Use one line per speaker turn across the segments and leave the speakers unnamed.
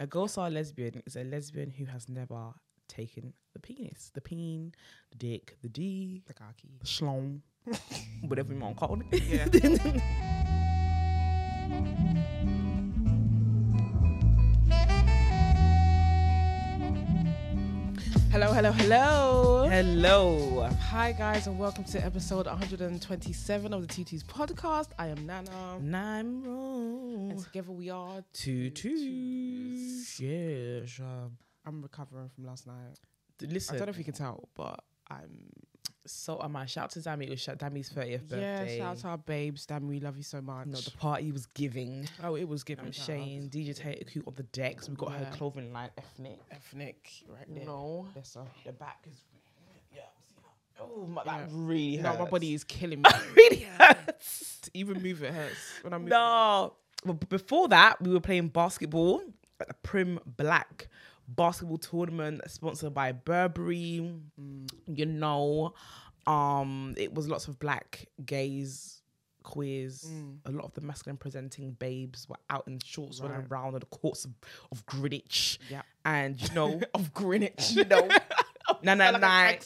A docile lesbian is a lesbian who has never taken the penis, the peen, the dick, the D,
The car key.
the schlong, whatever you want to call it.
Yeah.
Hello, hello, hello.
Hello. Hi guys and welcome to episode 127 of the TT's podcast. I am Nana.
And I'm
And
wrong.
together we are
Two
twos.
twos. Yes. Um,
I'm recovering from last night.
d- listen,
I don't know if you can tell, but I'm
so am I. Shout to Dammy. It was Sha- Dammy's 30th birthday.
Yeah, shout out to our babes, damn we love you so much.
No, the party was giving.
oh, it was
I'm
given
Shane, DJ Taku on the decks. We got her
Yeah.
clothing line ethnic.
Ethnic right there.
No,
Yes, sir.
the back is. Yeah, see how- oh my, that really
No,
hurts.
my body is killing me.
really hurts.
To Even move it hurts when I move.
No. But b- before that, we were playing basketball at the Prim Black basketball tournament sponsored by Burberry.
Mm.
You know, um, it was lots of black gays, queers.
Mm.
A lot of the masculine presenting babes were out in shorts running
Right.
around on the courts of, of Greenwich.
Yeah.
And you know,
of Greenwich. Oh,
you know, Nana and I,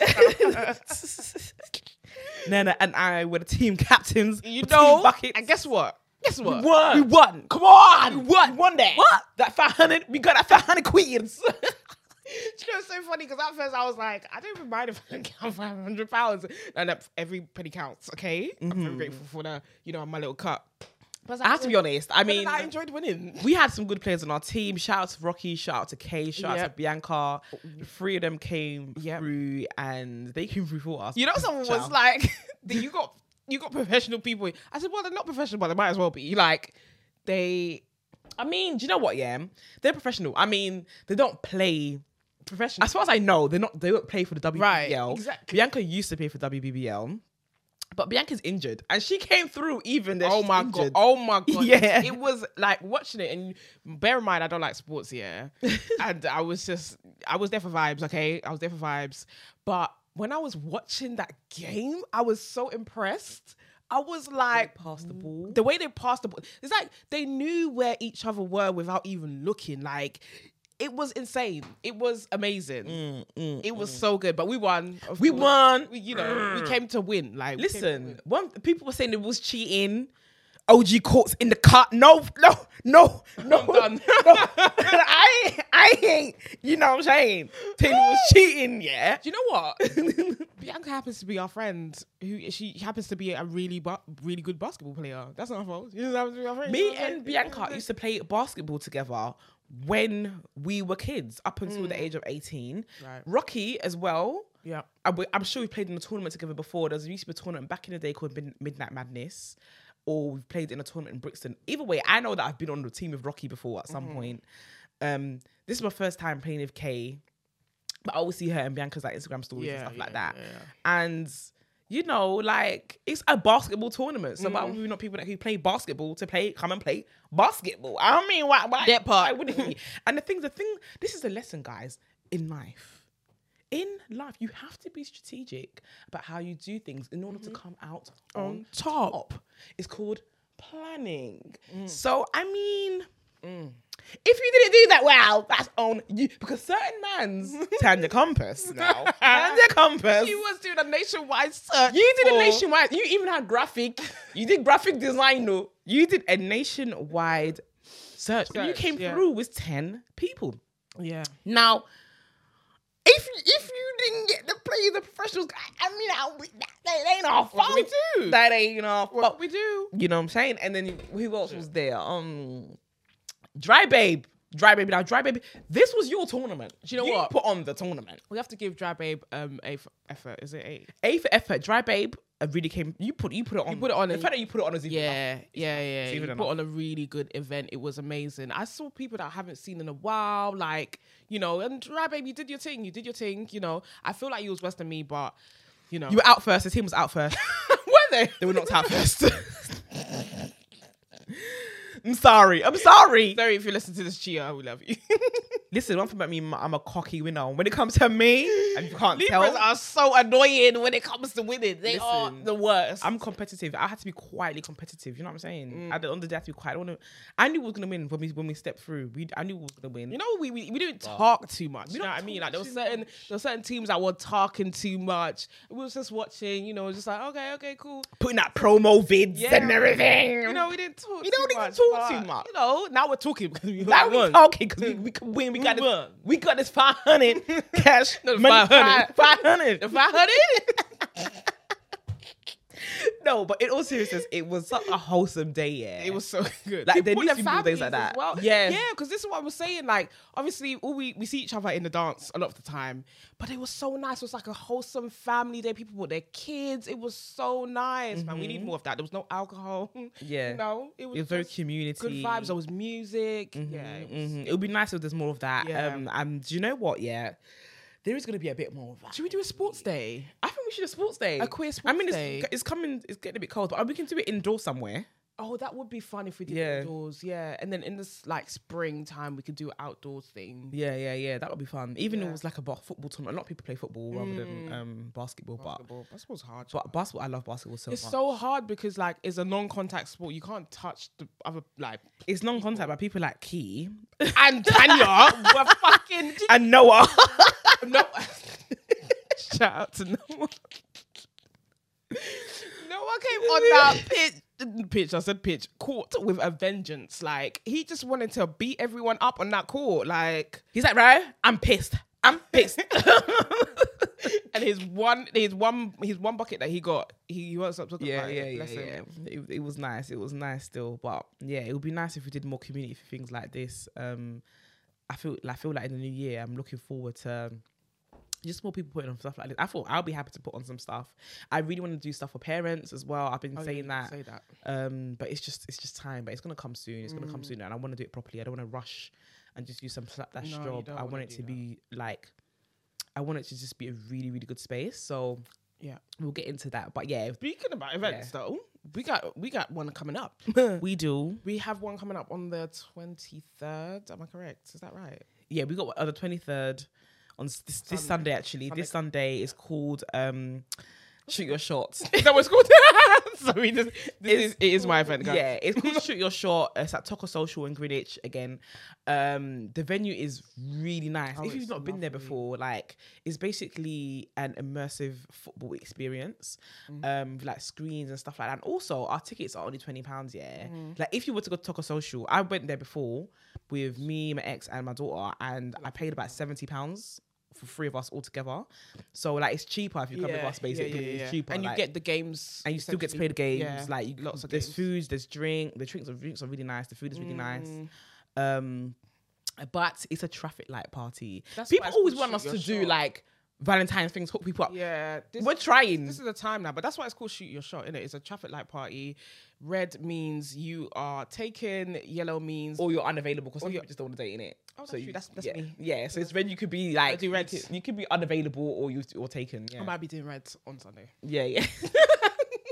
Nana and I were the team captains.
you
of Team
know.
Buckets.
And guess what? Guess what?
We won.
We won.
Come on.
We won. One day.
What? That 500, we got that 500 queens.
Do you know it's so funny? Because at first I was like, I don't even mind if I count five hundred pounds. And that every penny counts. Okay, I'm
Mm-hmm.
very grateful for the you know my little cup. But
I have to be honest. I mean, uh,
I enjoyed winning.
we had some good players on our team. Shout out to Rocky, shout out to Kay, shout out to
Yep.
Bianca. Three of them came
Yep.
through and they came through for us.
You know, someone was
Ciao.
like, that you got you got professional people. I said, well, they're not professional, but they might as well be. Like, they
I mean, do you know what, yeah? They're professional. I mean, they don't play.
professional.
As far as I know, they're not. They don't play for the WBBL.
exactly.
Bianca used to play for WBBL, but Bianca's injured, and she came through even. though
Oh
she's
my god!
injured.
Oh my god!
Yeah.
it was like watching it, and bear in mind I don't like sports, yeah. and I was just, I was there for vibes, okay. I was there for vibes, but when I was watching that game, I was so impressed. I was like,
passed the ball.
the way they passed the ball, it's like they knew where each other were without even looking. Like, it was insane. It was amazing. it was so good. But we won. of
Mm, We
course.
won. Mm.
We, you know, we came to win. Like, we came to win.
Listen, one people were saying it was cheating. OG courts in the cut. No, no, no, no.
I'm done.
no. I, I ain't. You know what I'm saying? Taylor was cheating. Yeah.
Do you know what? Bianca happens to be our friend. Who she happens to be a really, bu- really good basketball player. That's not her fault. She just happens to be our friend.
Me and Bianca used to play basketball together when we were kids, up until the age of 18.
Mm. Right.
Rocky as well.
Yeah.
I w- I'm sure we played in a tournament together before. There's used to be a tournament back in the day called Mid- Midnight Madness, or we've played in a tournament in Brixton. Either way, I know that I've been on the team with Rocky before at
Mm-hmm.
some point. Um, this is my first time playing with Kay, but I always see her and Bianca's like Instagram stories and
Yeah,
stuff like
yeah,
that.
yeah, yeah.
And you know, like it's a basketball tournament, so
Mm.
why would we not people that who play basketball to play come and play basketball? I mean, why? why
That part.
Why wouldn't we? And the thing, the thing, this is the lesson, guys, in life in life, you have to be strategic about how you do things in order
Mm-hmm.
to come out on, top. It's called planning.
Mm.
So, I mean, if you didn't do that well, that's on you because certain man's turned the compass now. Turn the compass.
She was doing a nationwide search.
You did a
for-
nationwide. You even had graphic. You did graphic design. No, you did a nationwide search. and you
Search,
came
yeah.
through with ten people.
Yeah.
Now, if if you didn't get to play the professionals, I, I mean, I, we- that, that ain't our fault.
we do?
That ain't our fault.
What we do?
You know what I'm saying? And then who else was there? Um, Dry Babe. Dry Baby. Now, Dry Baby, this was your tournament. Do you know
what?
put on the tournament.
We have to give Dry Babe um a f- effort. Is it a?
A for effort. Dry Babe uh, really came. You put you put it on. You
put it on
The
and-
fact that you put it on is even
Yeah, yeah, yeah.
it's
You
even
put
enough.
on a really good event. It was amazing. I saw people that I haven't seen in a while, like you know. And Dry Babe, you did your thing. You did your thing. You know, I feel like you was worse than me, but you know,
You were out first. The team was out first.
were they?
they were knocked out first. I'm sorry. I'm sorry.
Sorry if you listen to this, Chia. We love you.
Listen, one thing about me, m- I'm a cocky winner. When it comes to me, and you can't
Libras
tell,
are so annoying when it comes to winning. They are
Listen,
the worst.
I'm competitive. I had to be quietly competitive. You know what I'm saying? I don't, on the day, I had to be quiet. I, wanna, I knew we was gonna win when we when we stepped through. We, I knew we was gonna win.
you know, we, we, we didn't talk too much. You know
don't
what I mean?
talk
Like there were
too
certain there were certain teams that were talking too much. We was just watching, you know, just like okay, okay, cool.
putting out promo vids
Yeah.
and everything.
You know, we didn't talk.
You
too
don't even
much,
talk too
but,
much.
You know, now we're talking because we
Now we
won.
talking because we, we can win. We got
We
this.
won.
We got this five hundred cash.
No,
money,
500.
Five hundred.
If I heard it,
No, but in all seriousness, it was such a wholesome day. Yeah,
it was so good.
Like, there
People
needs
and
to be more days
families
like
as
that.
Well.
Yeah.
yeah, because this is what I was saying. Like, obviously, all we we see each other in the dance a lot of the time, but it was so nice. It was like a wholesome family day. People with their kids. It was so nice, man. We need more of that. There was no alcohol.
Mm-hmm. Yeah.
you know, it was,
It was very
just
community.
Good vibes. There was music. Yeah, it was-
Mhm. Oh, It would be nice if there's more of that.
Yeah.
Um, and do you know what? Yeah, there is going to be a bit more of that.
Should we do a sports day?
I think we should do a sports day.
A queer
I
sports
mean,
day.
it's, it's coming. It's getting a bit cold, but we can do it indoors somewhere.
Oh, that would be fun if we did
Yeah.
outdoors. Yeah, and then in this like springtime, we could do outdoors thing.
Yeah, yeah, yeah. That would be fun. Even if
Yeah. Mm.
it was like a ba- football tournament. A lot of people play football rather than um, basketball,
Basketball. Basketball's hard.
but but basketball. I love basketball so
It's
much.
so hard because like it's a non-contact sport. You can't touch the other like
it's non-contact, but people like Key
and Tanya were fucking
and Noah.
no. Shout out to no one. No one came on that pitch. Pitch. I said pitch. Court with a vengeance. Like he just wanted to beat everyone up on that court. Like
He's like, right? I'm pissed. I'm pissed.
and his one, his one, his one bucket that he got. He, he wasn't talking
yeah,
about. it.
yeah, yeah,
Bless him.
yeah. It, it was nice. It was nice still, but yeah, it would be nice if we did more community things like this. Um, I feel, I feel like in the new year, I'm looking forward to um, just more people putting on stuff like this. I thought I'll be happy to put on some stuff. I really want to do stuff for parents as well. I've been
Oh, yeah, you
saying
did
that,
Say that.
um, but it's just, it's just time. But it's gonna come soon. It's gonna
Mm.
come soon, and I want to do it properly. I don't want to rush and just do some slapdash
No, you
job.
don't
I want
wanna
it
do
to
that.
be like, I want it to just be a really, really good space. So
Yeah.
we'll get into that. But yeah,
Speaking about events though, we got we got one coming up.
we do.
We have one coming up on the 23rd. Am I correct? Is that right?
yeah, we got on the twenty third on s- this, this Sunday actually. This Sunday is called um, shoot your shots.
Is that what it's called? Sorry, this, this is, oh, it is my event, guys.
Yeah, it's called Shoot Your Shot. It's at Toco Social in Greenwich again. Um, the venue is really nice.
Oh,
if you've
it's
not been there
lovely.
before, like it's basically an immersive football experience,
Mm.
um, with, like screens and stuff like that. And also, our tickets are only twenty pounds. Yeah,
Mm.
like if you were to go to Toco Social, I went there before with me, my ex, and my daughter, and I paid about seventy pounds. For three of us all together, so like it's cheaper if you come with us. Basically, it's cheaper,
And you
like-
get the games.
and you still get to play the games.
Yeah,
Like you,
lots of
there's
games.
food, there's drink. The drinks are drinks are really nice. The food is really nice.
Mm.
Um, but it's a traffic light party.
That's why
people
it's
always
called
want
Shoot
us
Your
to do
Shot.
like Valentine's things, hook people up.
Yeah. This,
We're trying.
this is the time now, but that's why it's called Shoot Your Shot, innit? It's a traffic light party. Red means you are taken, yellow means.
or you're unavailable because some people just don't want to date in it.
Oh, that's
Oh, you,
true. That's- that's
yeah.
me.
Yeah, so it's when you could be like
do red.
You could, you could be unavailable or you or taken. Yeah,
I might be doing red on Sunday.
yeah, yeah.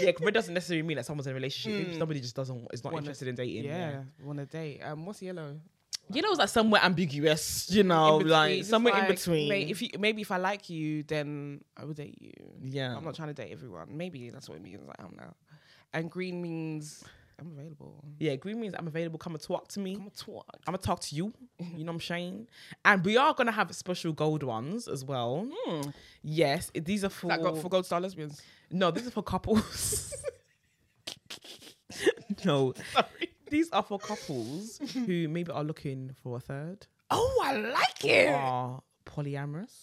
yeah, 'cause red doesn't necessarily mean that someone's in a relationship. Maybe Somebody just doesn't is not
Mm. Wanna-
interested in dating. yeah.
Yeah, want a date. Um, what's yellow?
you know, it's like somewhere ambiguous, you know,
In between,
like
just
somewhere in
like,
between.
may- if you maybe if I like you, then I will date you.
yeah,
I'm not trying to date everyone. Maybe that's what it means. I don't know. And green means I'm available.
yeah, green means I'm available. Come and talk to me.
I'm a twat.
I'm gonna talk to you. You know what I'm saying? And we are gonna have special gold ones as well. Yes, it- these are for,
That got for gold star lesbians.
no, these are for couples. no,
Sorry.
these are for couples who maybe are looking for a third,
Oh, I like it.
are polyamorous,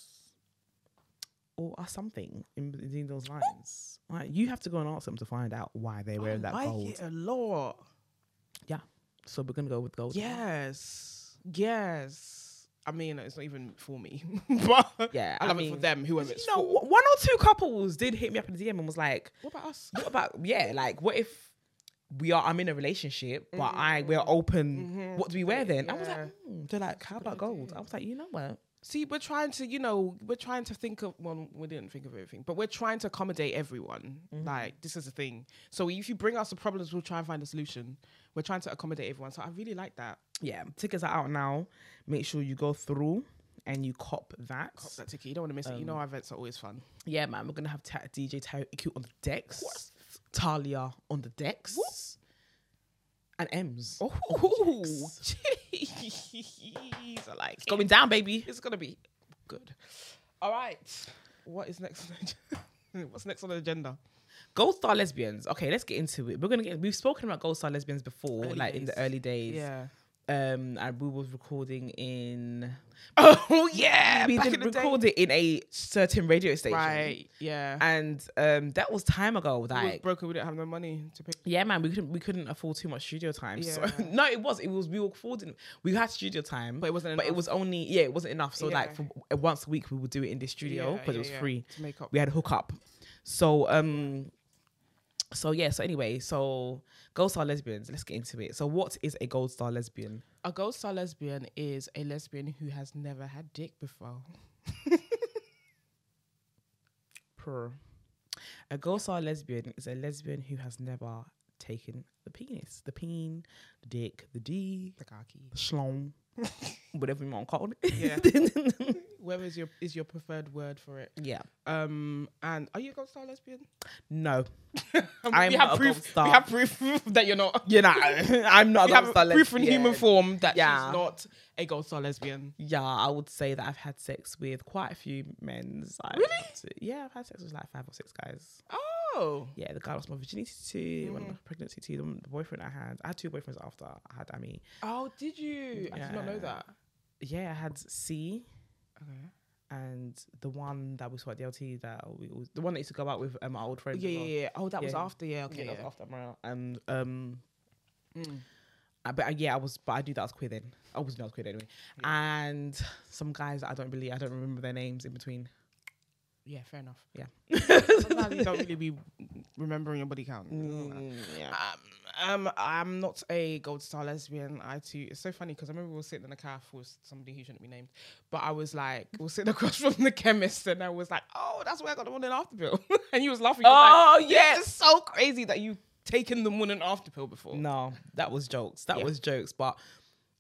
or are something in between those lines. Like, you have to go and ask them to find out why they're wearing that
I like
gold.
Oh, it a lot.
Yeah. So we're gonna go with gold.
Yes. Yes. I mean, it's not even for me, but
Yeah,
I
I
love it
mean,
for them. Whoever it's
You know,
for.
wh- one or two couples did hit me up in the DM and was like,
What about us?
"What about yeah? Like, what if we are? I'm in a relationship, but I we're open. What do we wear then?" I was like,
Mm-hmm.
"Hmm,
Yeah.
mm. "They're like, how about gold?" I was like, "You know what?
See, we're trying to, you know, we're trying to think of well, we didn't think of everything, but we're trying to accommodate everyone.
Mm-hmm.
Like this is the thing. So if you bring us the problems, we'll try and find a solution. We're trying to accommodate everyone. So I really like that.
Yeah, tickets are out now. Make sure you go through and you cop that.
Cop that ticket. You don't want to miss it. You know
Um,
our events are always fun.
Yeah, man, we're gonna have ta- DJ Tyra E Q on the decks, Talia on the decks, and M's.
Oh, jeez. I like it.
Going down, baby.
It's gonna be good. All right. What is next? On the agenda? What's next on the agenda?
Gold Star lesbians. Okay, let's get into it. We're gonna get. We've spoken about Gold Star lesbians before,
Early
like in the
days.
early days.
Yeah.
Um, and we was recording in.
Oh yeah.
we
back
did
in the day.
record it in a certain radio station,
Right. Yeah.
and um, that was time ago.
We were
Like,
broken. We didn't have no money to pay.
yeah, man, we couldn't we couldn't afford too much studio time. So
Yeah.
no, it was it was we were affording. We had studio time,
But it wasn't
but it
enough.
was only yeah, it wasn't enough. So like
Yeah.
for once a week, we would do it in the studio
Yeah,
because
yeah,
it was
yeah.
free.
to make up.
we had a hookup. So um so yeah, so anyway, so gold star lesbians, let's get into it. So what is a gold star lesbian?
A gold star lesbian is a lesbian who has never had dick before.
Per. A gold star lesbian is a lesbian who has never taken the penis, the peen, the dick, the D,
The khaki.
the schlong, whatever you want to call it.
Yeah. Where is your is your preferred word for it?
yeah.
Um, and are you a gold star lesbian?
No.
we
not
have
a
proof.
gold star.
We have proof that you're not.
You're not I'm not
we
a gold
have
star lesbian.
proof in human form that
Yeah.
she's not a gold star lesbian.
Yeah, I would say that I've had sex with quite a few men's. I
Really?
would- Yeah, I've had sex with like five or six guys.
Oh,
Yeah, the guy I lost my virginity to, one of
Mm-hmm.
my pregnancy to, the, the boyfriend I had. I had two boyfriends after I had Amy.
oh, did you? I did not
Yeah.
know that.
Yeah, I had C
Okay.
and the one that we saw at DLT that we was, the one that used to go out with um, our old friend.
Yeah, yeah, yeah. Oh, that was
Yeah.
after. Yeah, okay.
Okay, that was
yeah.
after Mariah. And um,
Mm.
I, but uh, yeah, I was, but I knew that I was queer then. I was not was queer anyway. And some guys that I don't really, I don't remember their names in between.
Yeah, fair enough.
Yeah.
Sometimes you don't really be remembering your body count.
yeah.
Um, um, I'm not a gold star lesbian. I too. It's so funny because I remember we were sitting in a cafe with somebody who shouldn't be named, but I was like, we were sitting across from the chemist, and I was like, oh, that's where I got the morning after pill, and he was laughing. He was
Oh,
like, yeah, it's so crazy that you've taken the morning after pill before.
No, that was jokes. That
Yeah.
was jokes. But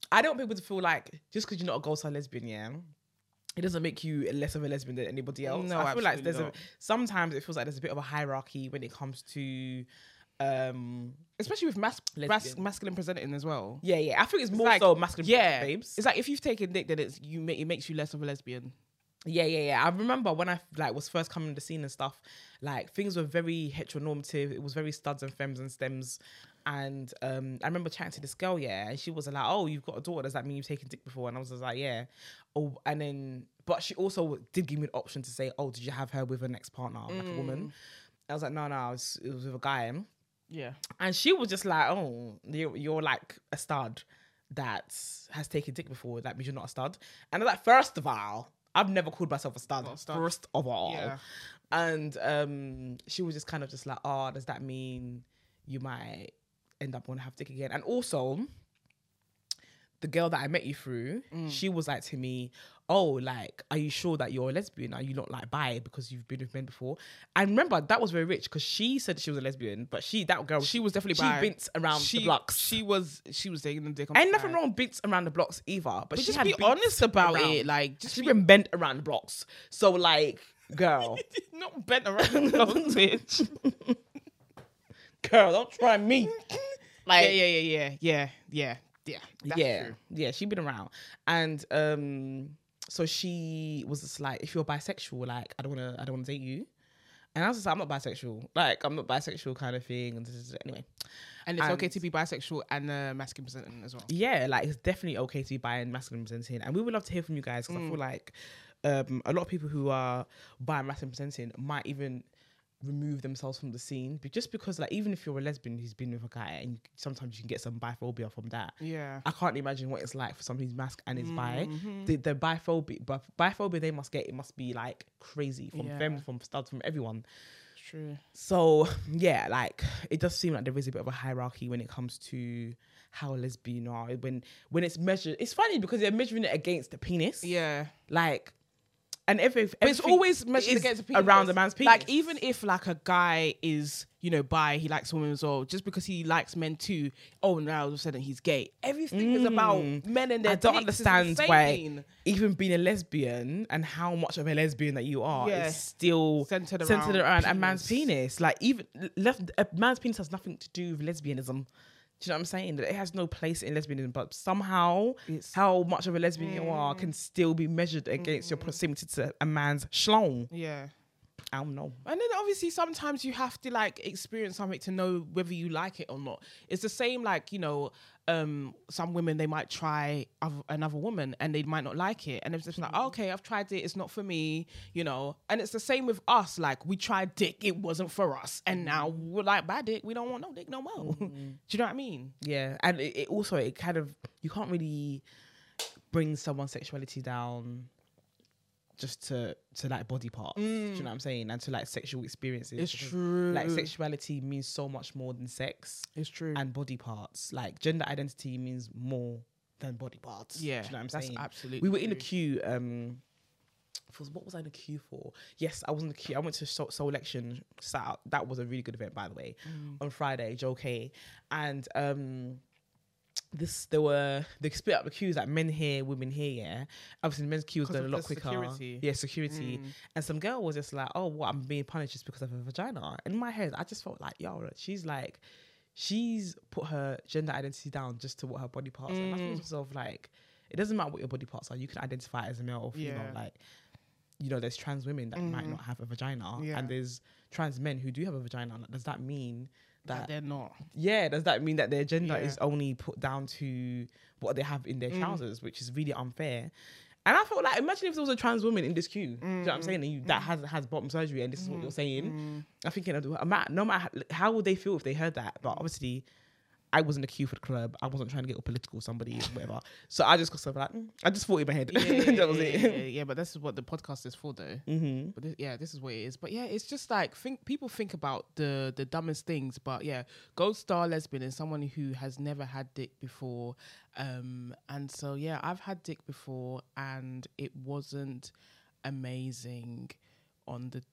I don't want people to feel like just because you're not a gold star lesbian, yeah, it doesn't make you less of a lesbian than anybody else.
No,
I feel like
absolutely
there's a
not.
sometimes it feels like there's a bit of a hierarchy when it comes to, um,
especially with mas- mas-
Lesbian.
masculine presenting as well.
yeah, yeah. I think it's more
like-
so masculine,
Yeah,
babes.
it's like if you've taken dick, then it's you. Ma- it makes you less of a lesbian.
Yeah, yeah, yeah. I remember when I like was first coming to the scene and stuff, like things were very heteronormative. It was very studs and femmes and stems. And um, I remember chatting to this girl, yeah, and she was like, "Oh, you've got a daughter. Does that mean you've taken dick before?" And I was just like, "Yeah." Oh, and then, but she also did give me an option to say, "Oh, did you have her with her next partner, like a woman?" I was like, "No, no, I was, it was with a guy."
Yeah.
And she was just like, "Oh, you're, you're like a stud that has taken dick before. That means you're not a stud." And I was like, first of all, I've never called myself a stud.
Not a stud.
First of all,
Yeah.
and um, she was just kind of just like, "Oh, does that mean you might end up going to have dick again?" And also, the girl that I met you through,
Mm.
she was like to me, "Oh, like, are you sure that you're a lesbian? Are you not like bi because you've been with men before?" And remember, that was very rich because she said she was a lesbian, but she that girl
She was definitely
she
bi.
bints around
she,
Um, the blocks.
She was she was taking the dick.
Ain't nothing wrong with bints around the blocks either, but,
But
she
just
had
be
bints
honest about
around.
it. Like just
She's
be
been bent around the blocks, so like, girl.
not bent around the blocks, bitch.
girl, don't try me. Like,
yeah, yeah, yeah, yeah, yeah, yeah, yeah. That's
yeah,
true.
yeah, she'd been around, and um, so she was just like, if you're bisexual, like, I don't wanna, I don't wanna date you. And I was just like, I'm not bisexual, like, I'm not bisexual kind of thing. And this is- anyway,
And it's
And-
okay to be bisexual and uh, masculine presenting as well.
yeah, like it's definitely okay to be bi and masculine presenting, and we would love to hear from you guys because
Mm.
I feel like um, a lot of people who are bi and masculine presenting might even remove themselves from the scene, but just because like even if you're a lesbian who's been with a guy, and sometimes you can get some biphobia from that.
Yeah.
I can't imagine what it's like for somebody who's masked and is bi.
Mm-hmm.
The, the biphobia, bif- biphobia they must get, it must be like crazy from
Yeah.
them, from studs, from everyone.
True.
So yeah, like it does seem like there is a bit of a hierarchy when it comes to how lesbian are when when it's measured. It's funny because they're measuring it against the penis.
Yeah.
Like, and every,
But it's
everything
always measured
is
against a penis.
around the man's penis.
Like even if like a guy is you know bi, he likes women as well. Just because he likes men too, oh now all of a sudden he's gay. Everything is about men and
Mm.
their.
I don't
dicks. It's
understand why
insane.
even being a lesbian and how much of a lesbian that you are
Yeah.
is still
Centered around
around a man's penis. Like even left, a man's penis has nothing to do with lesbianism. Do you know what I'm saying? It has no place in lesbianism, but somehow
It's- Mm.
how much of a lesbian you are can still be measured against your proximity to a man's schlong.
Yeah.
I don't know.
And then obviously sometimes you have to like experience something to know whether you like it or not. It's the same like, you know, um, some women they might try oth- another woman and they might not like it. And it's just like,
Mm-hmm.
okay, I've tried it, it's not for me, you know. And it's the same with us. Like we tried dick, it wasn't for us. And now
Mm-hmm.
we're like, bad dick, we don't want no dick no more.
Mm.
Do you know what I mean?
Yeah, and it, it also it kind of you can't really bring someone's sexuality down just to to like body parts. Do you know what I'm saying? And to like sexual experiences. because,
Mm. true.
Like sexuality means so much more than sex
It's true.
and body parts. Like gender identity means more than body parts.
yeah,
do you know what I'm
that's
saying?
absolutely.
we were in a
true.
queue. Um, for, what was I in a queue for? Yes, I was in the queue. I went to Soul, Soul Election. Sat out. That was a really good event, by the way.
Mm.
On Friday, Joe K, and um, this there were they split up the queues like men here, women here. Yeah, obviously the men's queue was
'Cause
done a
of
lot
the
quicker.
security. Mm.
Yeah, security. And some girl was just like, "Oh, what? I'm being punished just because I have a vagina." In my head, I just felt like, "Yo, she's like." She's put her gender identity down just to what her body parts, are. and I
Mm.
thought to myself like, it doesn't matter what your body parts are. You can identify as a male or female.
Yeah. Mm-hmm.
Like, you know, there's trans women that might not have a vagina,
Yeah.
and there's trans men who do have a vagina. Like, does that mean
that
that?
they're not.
Yeah, does that mean that their gender
Yeah. Mm.
is only put down to what they have in their trousers, which is really unfair? And I felt like, imagine if there was a trans woman in this queue. Do you know what I'm saying? And you, that has has bottom surgery, and this
Mm.
is what you're saying. I'm thinking, no matter, no matter how- how would they feel if they heard that? But obviously, I was in the queue for the club. I wasn't trying to get all political with somebody or whatever. So I just got sort of like, mm, I just thought in my head. that was
Mm. yeah,
it.
yeah, yeah, yeah, but this is what the podcast is for, though.
Mm-hmm.
But this, yeah, this is what it is. But yeah, it's just like think people think about the the dumbest things. But yeah, gold star lesbian is someone who has never had dick before, um, and so yeah, I've had dick before, and it wasn't amazing. On the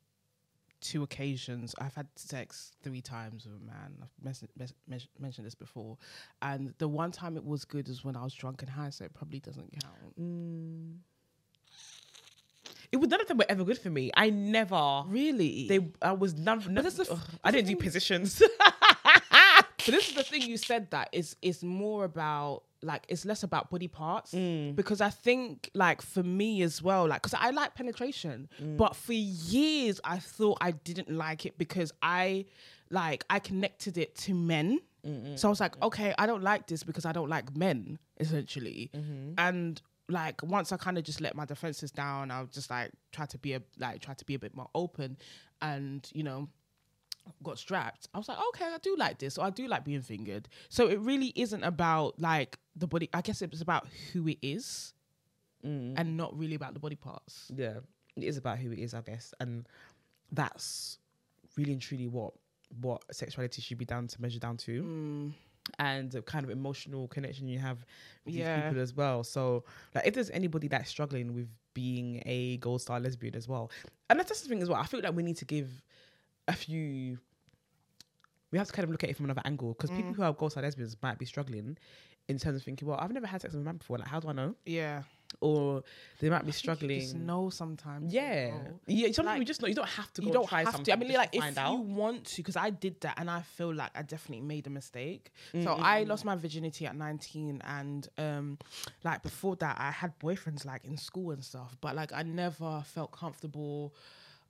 two occasions, I've had sex three times with a man. I've mes- mes- mes- mentioned this before, and the one time it was good is when I was drunk and high, so it probably doesn't count.
It was none of them were ever good for me. I never.
Really,
They, I was none. none
that's the f-
ugh,
that's
I
the
didn't do
thing.
positions.
But this is the thing you said that is it's more about like it's less about body parts because I think like for me as well like because I like penetration but for years I thought I didn't like it because I like I connected it to men so I was like okay I don't like this because I don't like men essentially and like once I kind of just let my defenses down I was just like try to be a like try to be a bit more open and you know got strapped, I was like, okay, I do like this, or I do like being fingered. So it really isn't about like the body. I guess it's about who it is,
Mm.
and not really about the body parts.
yeah, it is about who it is, I guess, and that's really and truly what what sexuality should be down to measure down to,
Mm.
and the kind of emotional connection you have with
Yeah.
these people as well. So, like, if there's anybody that's struggling with being a gold star lesbian as well, and that's just the thing as well. I feel like we need to give a few. We have to kind of look at it from another angle because people
Mm.
who are gold star lesbians might be struggling in terms of thinking, well, I've never had sex with a man before. Like, how do I know?
Yeah,
Or they might be
You just
struggling.
know sometimes. oh, you
Yeah,
know.
yeah. Sometimes
Like,
you just know you don't have to. Go
you don't
try
have
something
to. I mean,
just
like
to
if
find
you
out.
want to, because I did that, and I feel like I definitely made a mistake.
Mm,
So I lost my virginity at nineteen, and um, like before that, I had boyfriends like in school and stuff, but like I never felt comfortable.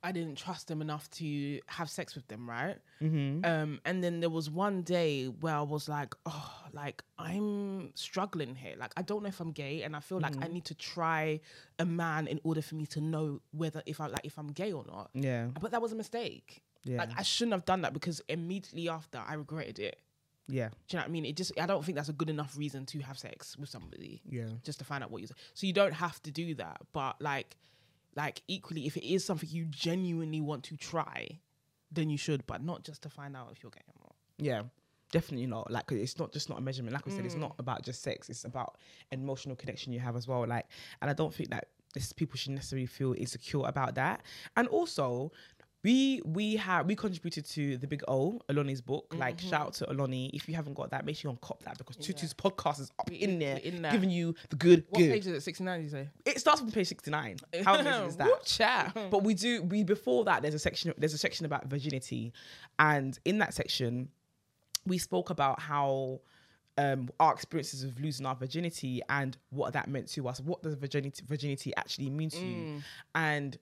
I didn't trust them enough to have sex with them, right?
Mm-hmm.
Um, and then there was one day where I was like, oh, like I'm struggling here. Like I don't know if I'm gay, and I feel like
Mm-hmm.
I need to try a man in order for me to know whether if I like if I'm gay or not.
Yeah,
But that was a mistake.
yeah,
Like I shouldn't have done that because immediately after I regretted it.
yeah,
Do you know what I mean? It just I don't think that's a good enough reason to have sex with somebody
yeah.
just to find out what you so you don't have to do that but like like equally if it is something you genuinely want to try then you should but not just to find out if you're gay or not
Yeah. definitely not. Like 'cause it's not just not a measurement. Like I said,
Mm.
it's not about just sex. It's about emotional connection you have as well. Like, and I don't think that this people should necessarily feel insecure about that. And also, we we have we contributed to the big O Aloni's book. Like
Mm-hmm.
shout out to Aloni. If you haven't got that, make sure you uncop that because Tutu's podcast is up in there,
in there.
giving you the good
What
good.
page is it? 69, you say?
It starts from page sixty nine. How amazing is that?
Woo, chat.
but we do we before that there's a section there's a section about virginity and in that section we spoke about how um, our experiences of losing our virginity and what that meant to us what does virginity virginity actually mean to you and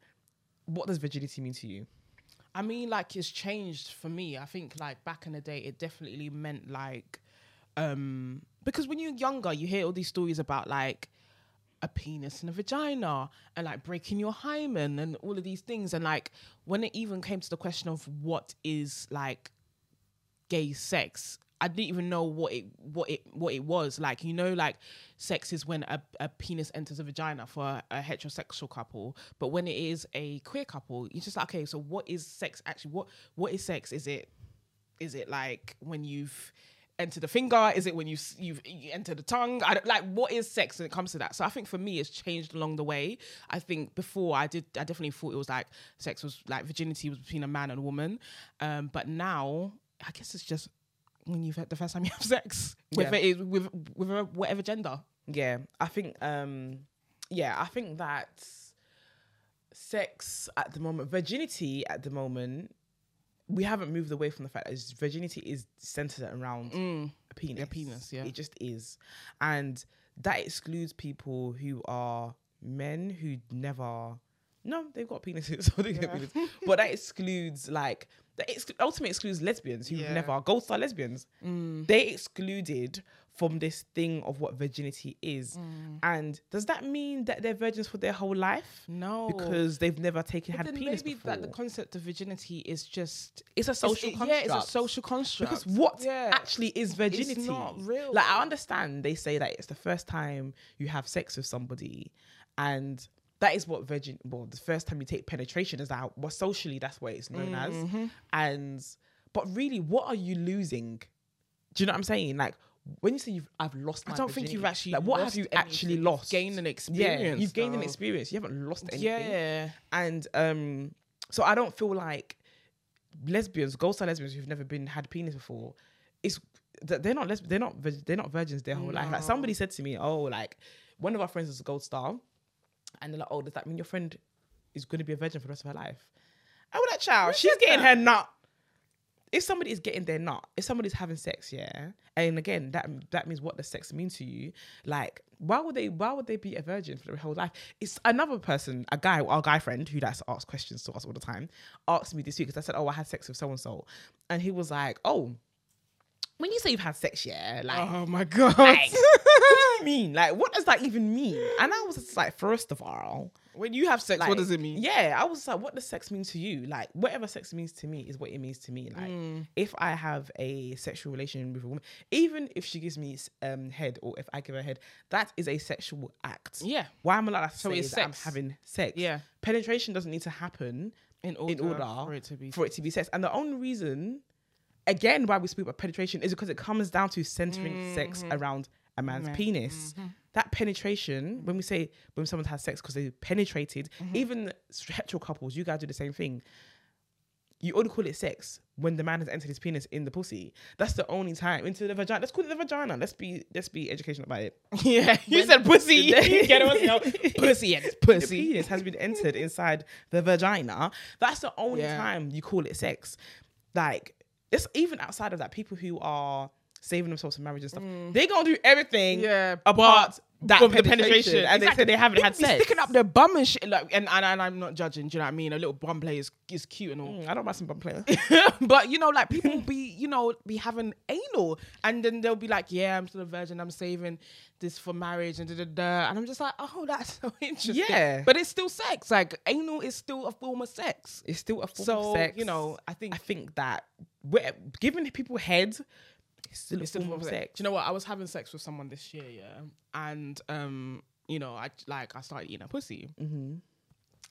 what does virginity mean to you
I mean, like it's changed for me. I think like back in the day, it definitely meant like, um, because when you're younger, you hear all these stories about like a penis and a vagina and like breaking your hymen and all of these things. And like when it even came to the question of what is like gay sex. I didn't even know what it what it what it was like. You know, like sex is when a, a penis enters a vagina for a, a heterosexual couple, but when it is a queer couple, you're just like, okay, so what is sex actually? What what is sex? Is it is it like when you've entered the finger? Is it when you s- you've you entered the tongue? I don't, like what is sex when it comes to that? So I think for me, it's changed along the way. I think before I did, I definitely thought it was like sex was like virginity was between a man and a woman, um, but now I guess it's just when you've had the first time you have sex,
Yeah.
whether it's with with whatever gender.
yeah i think um yeah i think that sex at the moment virginity at the moment we haven't moved away from the fact that it's- virginity is centered around a penis.
A penis, yeah.
It just is. And that excludes people who are men who never no, they've got penises, so they get penises. But that excludes like that exclu- ultimately excludes lesbians who've
Yeah. Mm.
never gold star lesbians. They excluded from this thing of what virginity is. And does that mean that they're virgins for their whole life?
Mm. No,
Because they've never taken had a
then
penis
maybe
before.
that the concept of virginity is just
it's a social
it's- it-
construct.
Yeah, it's a social construct.
Because what
Yeah.
actually is virginity?
not real.
Like I understand they say that it's the first time you have sex with somebody, and that is what virgin. Well, the first time you take penetration is that well socially that's what it's known
Mm-hmm.
as. And but really, what are you losing? Do you know what I'm saying? Like when you say you've I've lost, my
I don't think
virginity,
you've actually.
like what have
lost
you actually
anything. You've
lost?
Gained an
yeah,
experience.
you've gained an
though.
experience. You haven't lost anything
Yeah,
and um so i don't feel like lesbians gold star lesbians who've never been had penis before it's that they're not lesb- they're not vir- they're not virgins their whole life like somebody said to me oh like one of our friends is a gold star and they're like oh does that mean your friend is going to be a virgin for the rest of her life i was like child she's
said
getting her
that?
nut if somebody is getting their nut, if somebody's having sex, yeah, and again, that that means what does sex mean to you? Like, why would they? Why would they be a virgin for their whole life? It's another person, a guy, our guy friend, who likes to ask questions to us all the time, asked me this week because I said, "Oh, I had sex with so and so," and he was like, "Oh, when you say you've had sex, yeah, like."
Oh my god.
like, what do you mean? Like, what does that even mean? And I was just like, first of all,
when you have sex,
like,
what does it mean?
Yeah, I was like, what does sex mean to you? Like, whatever sex means to me is what it means to me. Like,
Mm.
if I have a sexual relation with a woman, even if she gives me um head or if I give her head, that is a sexual act.
Yeah.
Why am I allowed to say
it's
that I'm
sex.
having sex?
Yeah.
Penetration doesn't need to happen
In
in order
for it to be.
for it to be sex. And the only reason, again, why we speak about penetration is because it comes down to centering sex around a man's penis. That penetration, when we say when someone has sex because they penetrated, even heterosexual couples, you guys do the same thing. You only call it sex when the man has entered his penis in the pussy. That's the only time into the vagina. Let's call it the vagina. Let's be let's be educational about it.
yeah, you said pussy.
Then-
Get us now. Pussy and it's
The
pussy.
penis has been entered inside the vagina. That's the only
Yeah.
time you call it sex. Like it's even outside of that. People who are saving themselves for marriage and stuff, they gonna do everything.
Mm. Yeah,
apart
but
that
from
penetration, and they
Exactly.
said they haven't
People
had
be
sex.
Sticking up their bum and shit, like, and, and and I'm not judging. Do you know what I mean? A little bum play is, is cute and all,
Mm, I don't mind some bum player.
but you know, like people be, you know, be having anal, and then they'll be like, "Yeah, I'm still a virgin. I'm saving this for marriage," and da da da. And I'm just like, "Oh, that's so interesting."
Yeah.
but it's still sex. Like anal is still a form of sex.
it's still a form
So
of sex.
you know, I think
I think that we're giving people head. It's still a
It's still
form of sex.
Do you know what? I was having sex with someone this year, yeah, and um, you know, I like I started eating a pussy, And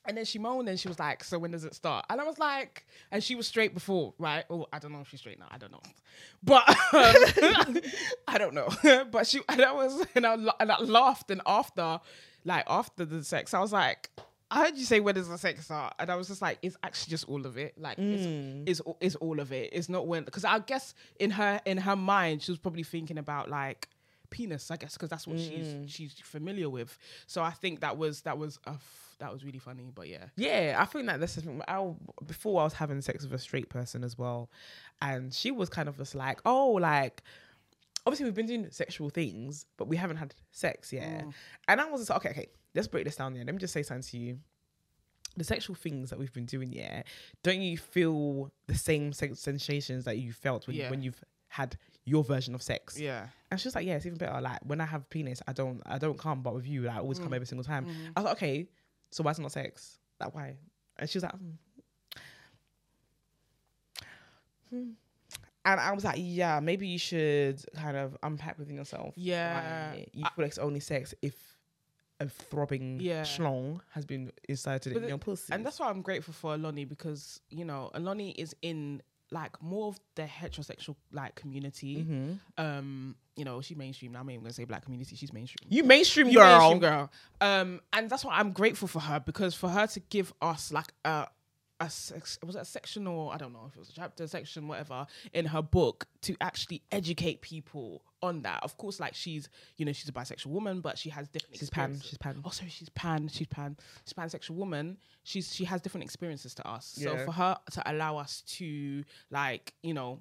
then she moaned and she was like, So when does it start? And I was like, And she was straight before, right? Oh, I don't know if she's straight now. I don't know. But um, I don't know. but she, and I was, and I, la- and I laughed. And after, like, after the sex, I was like, I heard you say when does the sex start, and I was just like, it's actually just all of it. Like, it's, it's it's all of it. It's not when because I guess in her in her mind she was probably thinking about like penis, I guess, because that's what she's she's familiar with. So I think that was that was a f- that was really funny. But yeah,
Yeah, I think that that's the thing. I, before I was having sex with a straight person as well, and she was kind of just like, oh, like obviously we've been doing sexual things, but we haven't had sex yet.
Mm.
And I was just like, okay, okay, let's break this down. Yeah, let me just say something to you. The sexual things that we've been doing, yeah, don't you feel the same sen- sensations that you felt when
Yeah.
when you've had your version of sex?
yeah,
And she was like, "Yeah, it's even better. Like when I have penis, I don't, I don't come, but with you, like, I always come every single time." I was like, "Okay, so why's it not sex? Like why?" And she was like, "Hmm." Hmm. And I was like, "Yeah, maybe you should kind of unpack within yourself.
Yeah.
why you feel like it's only sex if a throbbing
Yeah.
schlong has been inserted
But
in
it-
your pussy."
and that's why I'm grateful for Aloni because you know Aloni is in like more of the heterosexual like community.
Mhm.
Um, you know, she's mainstream now. I'm not even gonna say black community. She's mainstream.
you mainstream
You
girl.
mainstream girl. Um, and that's why I'm grateful for her because for her to give us like a a sex, was it a section or I don't know if it was a chapter, section, whatever, in her book to actually educate people on that. Of course, like she's you know she's a bisexual woman, but she has different.
She's pan.
experiences.
She's pan.
Oh, sorry, she's pan. She's pan. She's pansexual woman. She's she has different experiences to us.
Yeah.
So for her to allow us to like you know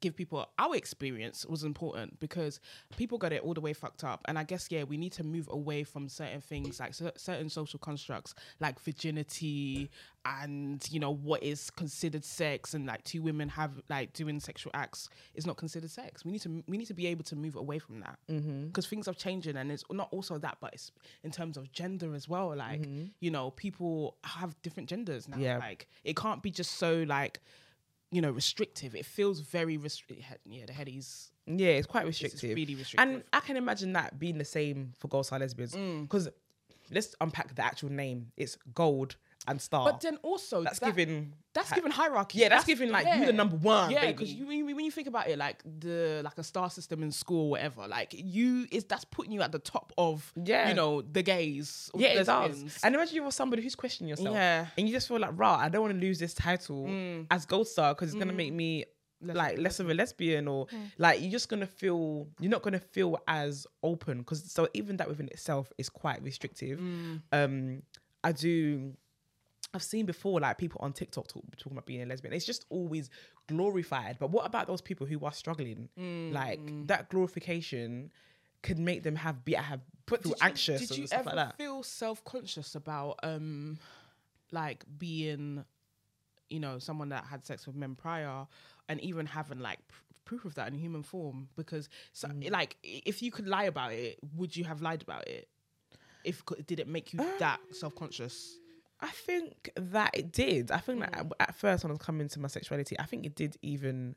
give people our experience was important because people got it all the way fucked up. And I guess, yeah, we need to move away from certain things like cer- certain social constructs like virginity and, you know, what is considered sex and like two women have like doing sexual acts is not considered sex. We need to, we need to be able to move away from that because things are changing and it's not also that, but it's in terms of gender as well. Like, you know, people have different genders now.
Yeah.
Like it can't be just so like, you know, restrictive. It feels very restrictive. Yeah, the headies.
Yeah, it's quite
It's
restrictive.
really restrictive.
And I can imagine that being the same for Gold Star Lesbians.
Mm.
Because let's unpack the actual name. It's Gold and Star.
but then also
that's
that-
giving.
that's giving hierarchy.
Yeah, that's, giving like you
yeah.
the number one.
Yeah,
baby.
because you, when you when you think about it, like the like a star system in school, or whatever, like you is that's putting you at the top of
Yeah.
you know the gays. or
Yeah, it does.
lesbians.
And imagine you're somebody who's questioning yourself.
Yeah. Mm.
And you just feel like, rah, I don't want to lose this title as Gold Star because it's gonna make me like less of a lesbian or like you're just gonna feel you're not gonna feel as open because so even that within itself is quite restrictive.
Mm.
Um I do I've seen before like people on TikTok talk, talking about being a lesbian. It's just always glorified. But what about those people who are struggling?
Mm.
Like that glorification could make them have be have put feel
Did you-
anxious
Did you
and stuff
ever
like that.
feel self conscious about um like being you know someone that had sex with men prior and even having like pr- proof of that in human form because so,
Mm.
like i- if you could lie about it would you have lied about it if co- did it make you
Um,
that self conscious
I think that it did. I think that at first when I was coming to my sexuality, I think it did even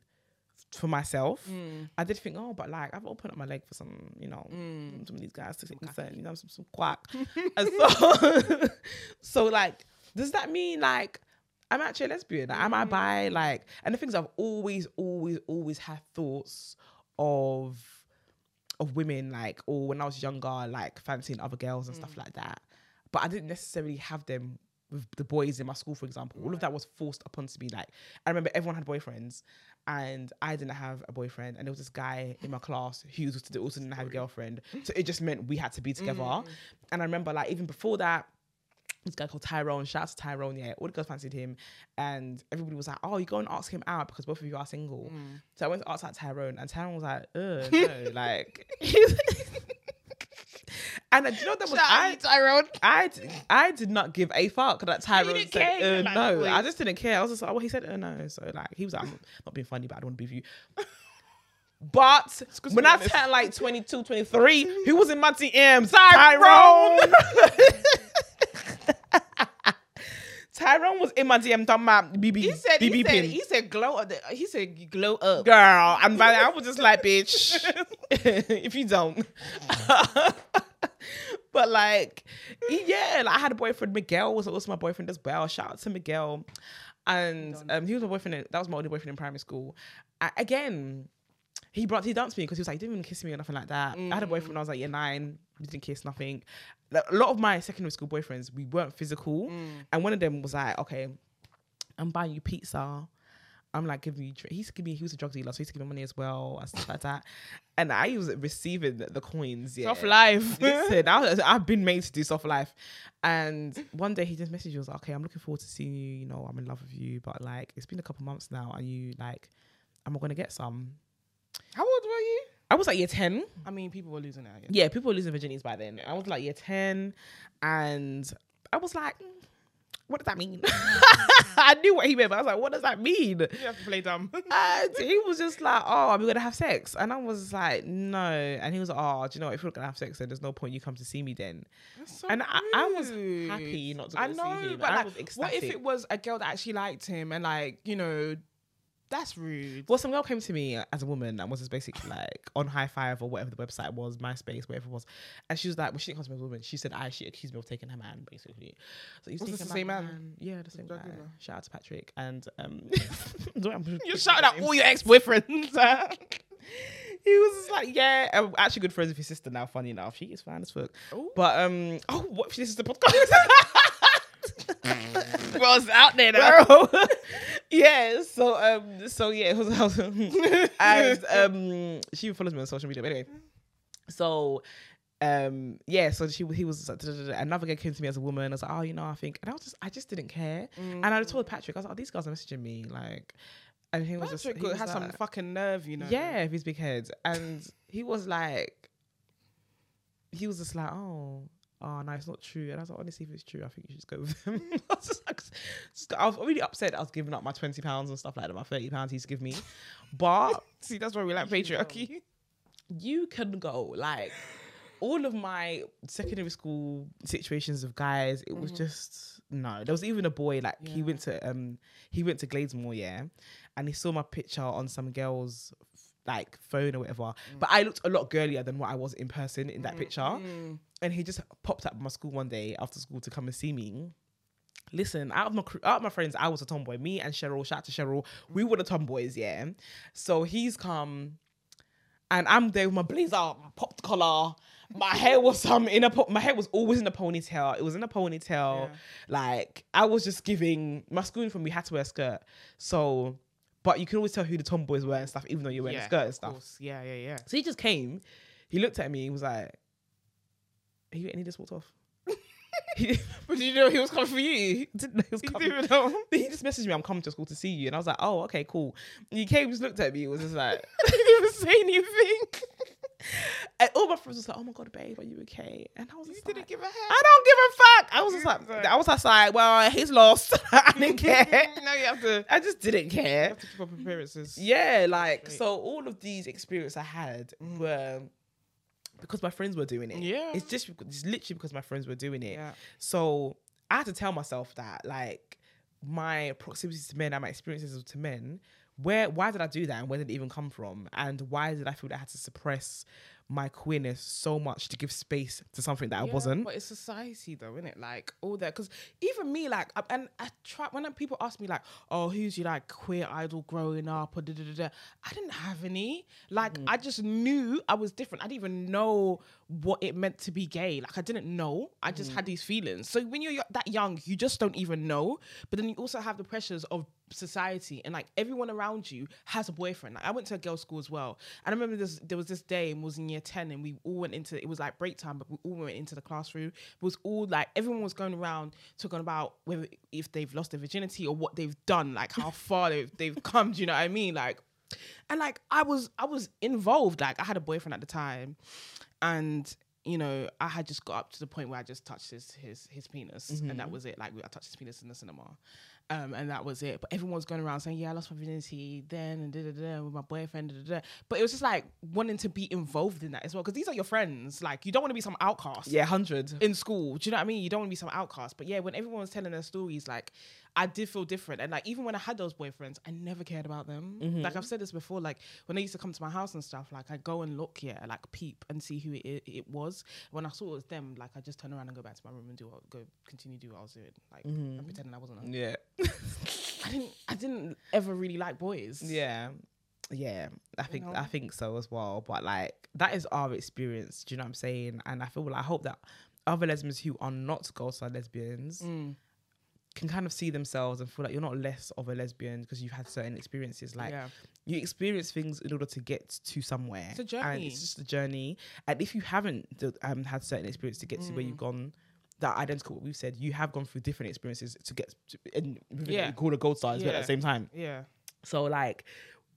for myself. I did think, oh, but like I've opened up my leg for some, you know, some of these guys to certain, you know, some, some quack. and so, so like, does that mean like I'm actually a lesbian? Like, Am I bi? Like, and the things I've always, always, always had thoughts of of women, like, or when I was younger, like fancying other girls and stuff like that. But I didn't necessarily have them with the boys in my school, for example. All of that was forced upon to me. Like, I remember everyone had boyfriends, and I didn't have a boyfriend. And there was this guy in my class who was- also didn't have a girlfriend. So it just meant we had to be together. And I remember, like, even before that, this guy called Tyrone. Shout out to Tyrone, yeah. All the girls fancied him. And everybody was like, oh, you go and ask him out because both of you are single. So I went to ask out Tyrone, and Tyrone was like, ugh, no, like. and uh, do you know that was I,
Tyrone
I, d- I did not give a fuck that Tyrone
didn't
said,
care,
uh,
like,
no.
please.
I just didn't care. I was just like, well, he said, uh, no. So like, he was like, I'm not being funny, but I don't want to be with you. But when
me
I
on this.
turned like 22, 23, who was in my DMs? Tyrone. Tyrone was in my DM talking about BB.
he said
BB
he said,
pin.
he said glow up the- he said you glow up
Girl, and by that I was just like, bitch, if you don't. but But like, yeah, like I had a boyfriend. Miguel was also my boyfriend as well. Shout out to Miguel, and um, he was my boyfriend. in- that was my only boyfriend in primary school. I, again, he brought he danced me because he was like, he didn't even kiss me or nothing like that. I had a boyfriend when I was like year nine. We didn't kiss nothing. Like, A lot of my secondary school boyfriends, we weren't physical,
Mm.
and one of them was like, okay, I'm buying you pizza. I'm like giving you. dr- He's giving me. He was a drug dealer, so he's giving me money as well and stuff like that. And I was receiving the the coins. Yeah.
Tough life.
Listen, I was, I've been made to do soft life. And one day he just messaged me, he was like, okay, I'm looking forward to seeing you. You know, I'm in love with you. But like, it's been a couple months now. and you like, am I going to get some?
How old were you?
I was like year 10.
I mean, people were losing it. I guess.
Yeah, people were losing virginities by then. I was like year 10. And I was like, "Mm, what does that mean? I knew what he meant, but I was like, what does that mean?
You have to play dumb.
And he was just like, "Oh, are we gonna have sex?" And I was like, "No." And he was like, "Oh, do you know what? if we're not gonna have sex, then there's no point you come to see me then." and I, I was happy not to go
I
see
know,
him.
but
I
like,
was
what if
ecstatic.
it was a girl that actually liked him and like you know, that's rude.
Well, some girl came to me as a woman and was just basically like on High Five or whatever the website was, MySpace, whatever it was. And she was like, well, she didn't come to me as a woman. She said, I, she accused me of taking her man, basically. So he
Was this
taking
the
my
same man?
Yeah, the same guy.
drug dealer?
Shout out to Patrick. And um,
You
you
shouted out all your ex boyfriends.
he was just like, yeah, I'm actually good friends with his sister now. Funny enough, she is fine as fuck.
Ooh.
But um, oh, what if this is the podcast?
well, it's out there
Bro. yeah. So um, so yeah, it was and um, she follows me on social media. But anyway, so. Um, yeah, so she he was like, "Da, da, da." another guy came to me as a woman. I was like, oh, you know, I think, and I was just, I just didn't care. And I
Mm.
told Patrick, I was like, oh, these guys are messaging me, like, and he was
Patrick
just, he was
had some
like-
fucking nerve, you know.
yeah, with his big head. And he was like, he was just like, oh, oh, no, it's not true. And I was like, honestly, if it's true, I think you should just go with him. I, was just like, just- I was really upset. I was giving up my twenty pounds and stuff like that, my thirty pounds he's give me. But
See, that's why we like patriarchy.
you can go like. All of my secondary school situations with guys, it was just no. There was even a boy like he went to um he went to Gladesmore, yeah, and he saw my picture on some girl's like phone or whatever. But I looked a lot girlier than what I was in person in that picture. And he just popped up at my school one day after school to come and see me. Listen, out of my cr- out of my friends, I was a tomboy. Me and Cheryl, shout out to Cheryl, we were the tomboys, yeah. So he's come, and I'm there with my blazer, my popped collar. My hair was um in a po- my hair was always in a ponytail. It was in a ponytail.
Yeah.
Like I was just giving my school uniform. We had to wear a skirt, so but you can always tell who the tomboys were and stuff, even though you're wearing a skirt and
of
stuff.
course. Yeah, yeah, yeah.
So he just came, he looked at me, he was like, Are you and he just walked off. he
But did you know he was coming for you?
didn't know he was
You
coming.
didn't even know.
He just messaged me, I'm coming to school to see you. And I was like, Oh, okay, cool. He came, just looked at me, was just like
He didn't even say anything.
and all my friends was like, Oh my god, babe, are you okay? And I was
You
just
didn't
like,
give a heck.
I don't give a fuck. I was just
Sorry.
like I was outside, well, he's lost. I didn't care.
now you have to, you
I just didn't care.
have to keep up appearances.
Yeah, like
Great.
so all of these experiences I had were because my friends were doing it.
Mm. Yeah.
It's just bec- it's literally because my friends were doing it.
Yeah.
So I had to tell myself that like my proximity to men and my experiences to men, where why did I do that and where did it even come from? And why did I feel that I had to suppress my queerness so much to give space to something that I
Yeah,
wasn't?
But it's society, though, isn't it? Like all that, because even me, like, I, and I try when people ask me, like, oh, who's your like queer idol growing up, or da da da da. I didn't have any. Like, I just knew I was different. I didn't even know what it meant to be gay. Like, I didn't know. I just had these feelings. So when you're yo- that young, you just don't even know. But then you also have the pressures of society and like everyone around you has a boyfriend. Like I went to a girls' school as well. And I remember this there was this day and we was in year 10 and we all went into it was like break time, but we all went into the classroom. It was all like everyone was going around talking about whether if they've lost their virginity or what they've done, like how far they've they've come, do you know what I mean? Like and like I was I was involved. Like I had a boyfriend at the time and you know, I had just got up to the point where I just touched his his his penis, and that was it. Like I touched his penis in the cinema, Um, and that was it. But everyone's going around saying, "Yeah, I lost my virginity then and da da da with my boyfriend." Da, da, da. But it was just like wanting to be involved in that as well because these are your friends. Like you don't want to be some outcast
Yeah, hundred.
in school. Do you know what I mean? You don't want to be some outcast. But yeah, when everyone was telling their stories, like I did feel different. And like even when I had those boyfriends, I never cared about them.
Mm-hmm.
Like I've said this before, like when they used to come to my house and stuff, like I go and look, yeah, like peep and see who it, it, it was. When I saw it was them, like I just turn around and go back to my room and do what, go continue do what I was doing. Like
Mm-hmm.
I'm pretending I wasn't. a-
Yeah,
I didn't. I didn't ever really like boys.
yeah, yeah. I think
know?
I think so as well. But like that is our experience. Do you know what I'm saying? And I feel like I hope that other lesbians who are not girl side lesbians
Mm.
can kind of see themselves and feel like you're not less of a lesbian because you've had certain experiences. Like
yeah.
you experience things in order to get to somewhere.
It's a
And
journey.
it's just a journey. And if you haven't d- um, had certain experience to get to
Mm.
where you've gone, that identical what we've said, you have gone through different experiences to get to, and
Yeah.
yeah. call a gold star as well at
Yeah.
the same time.
Yeah.
So like,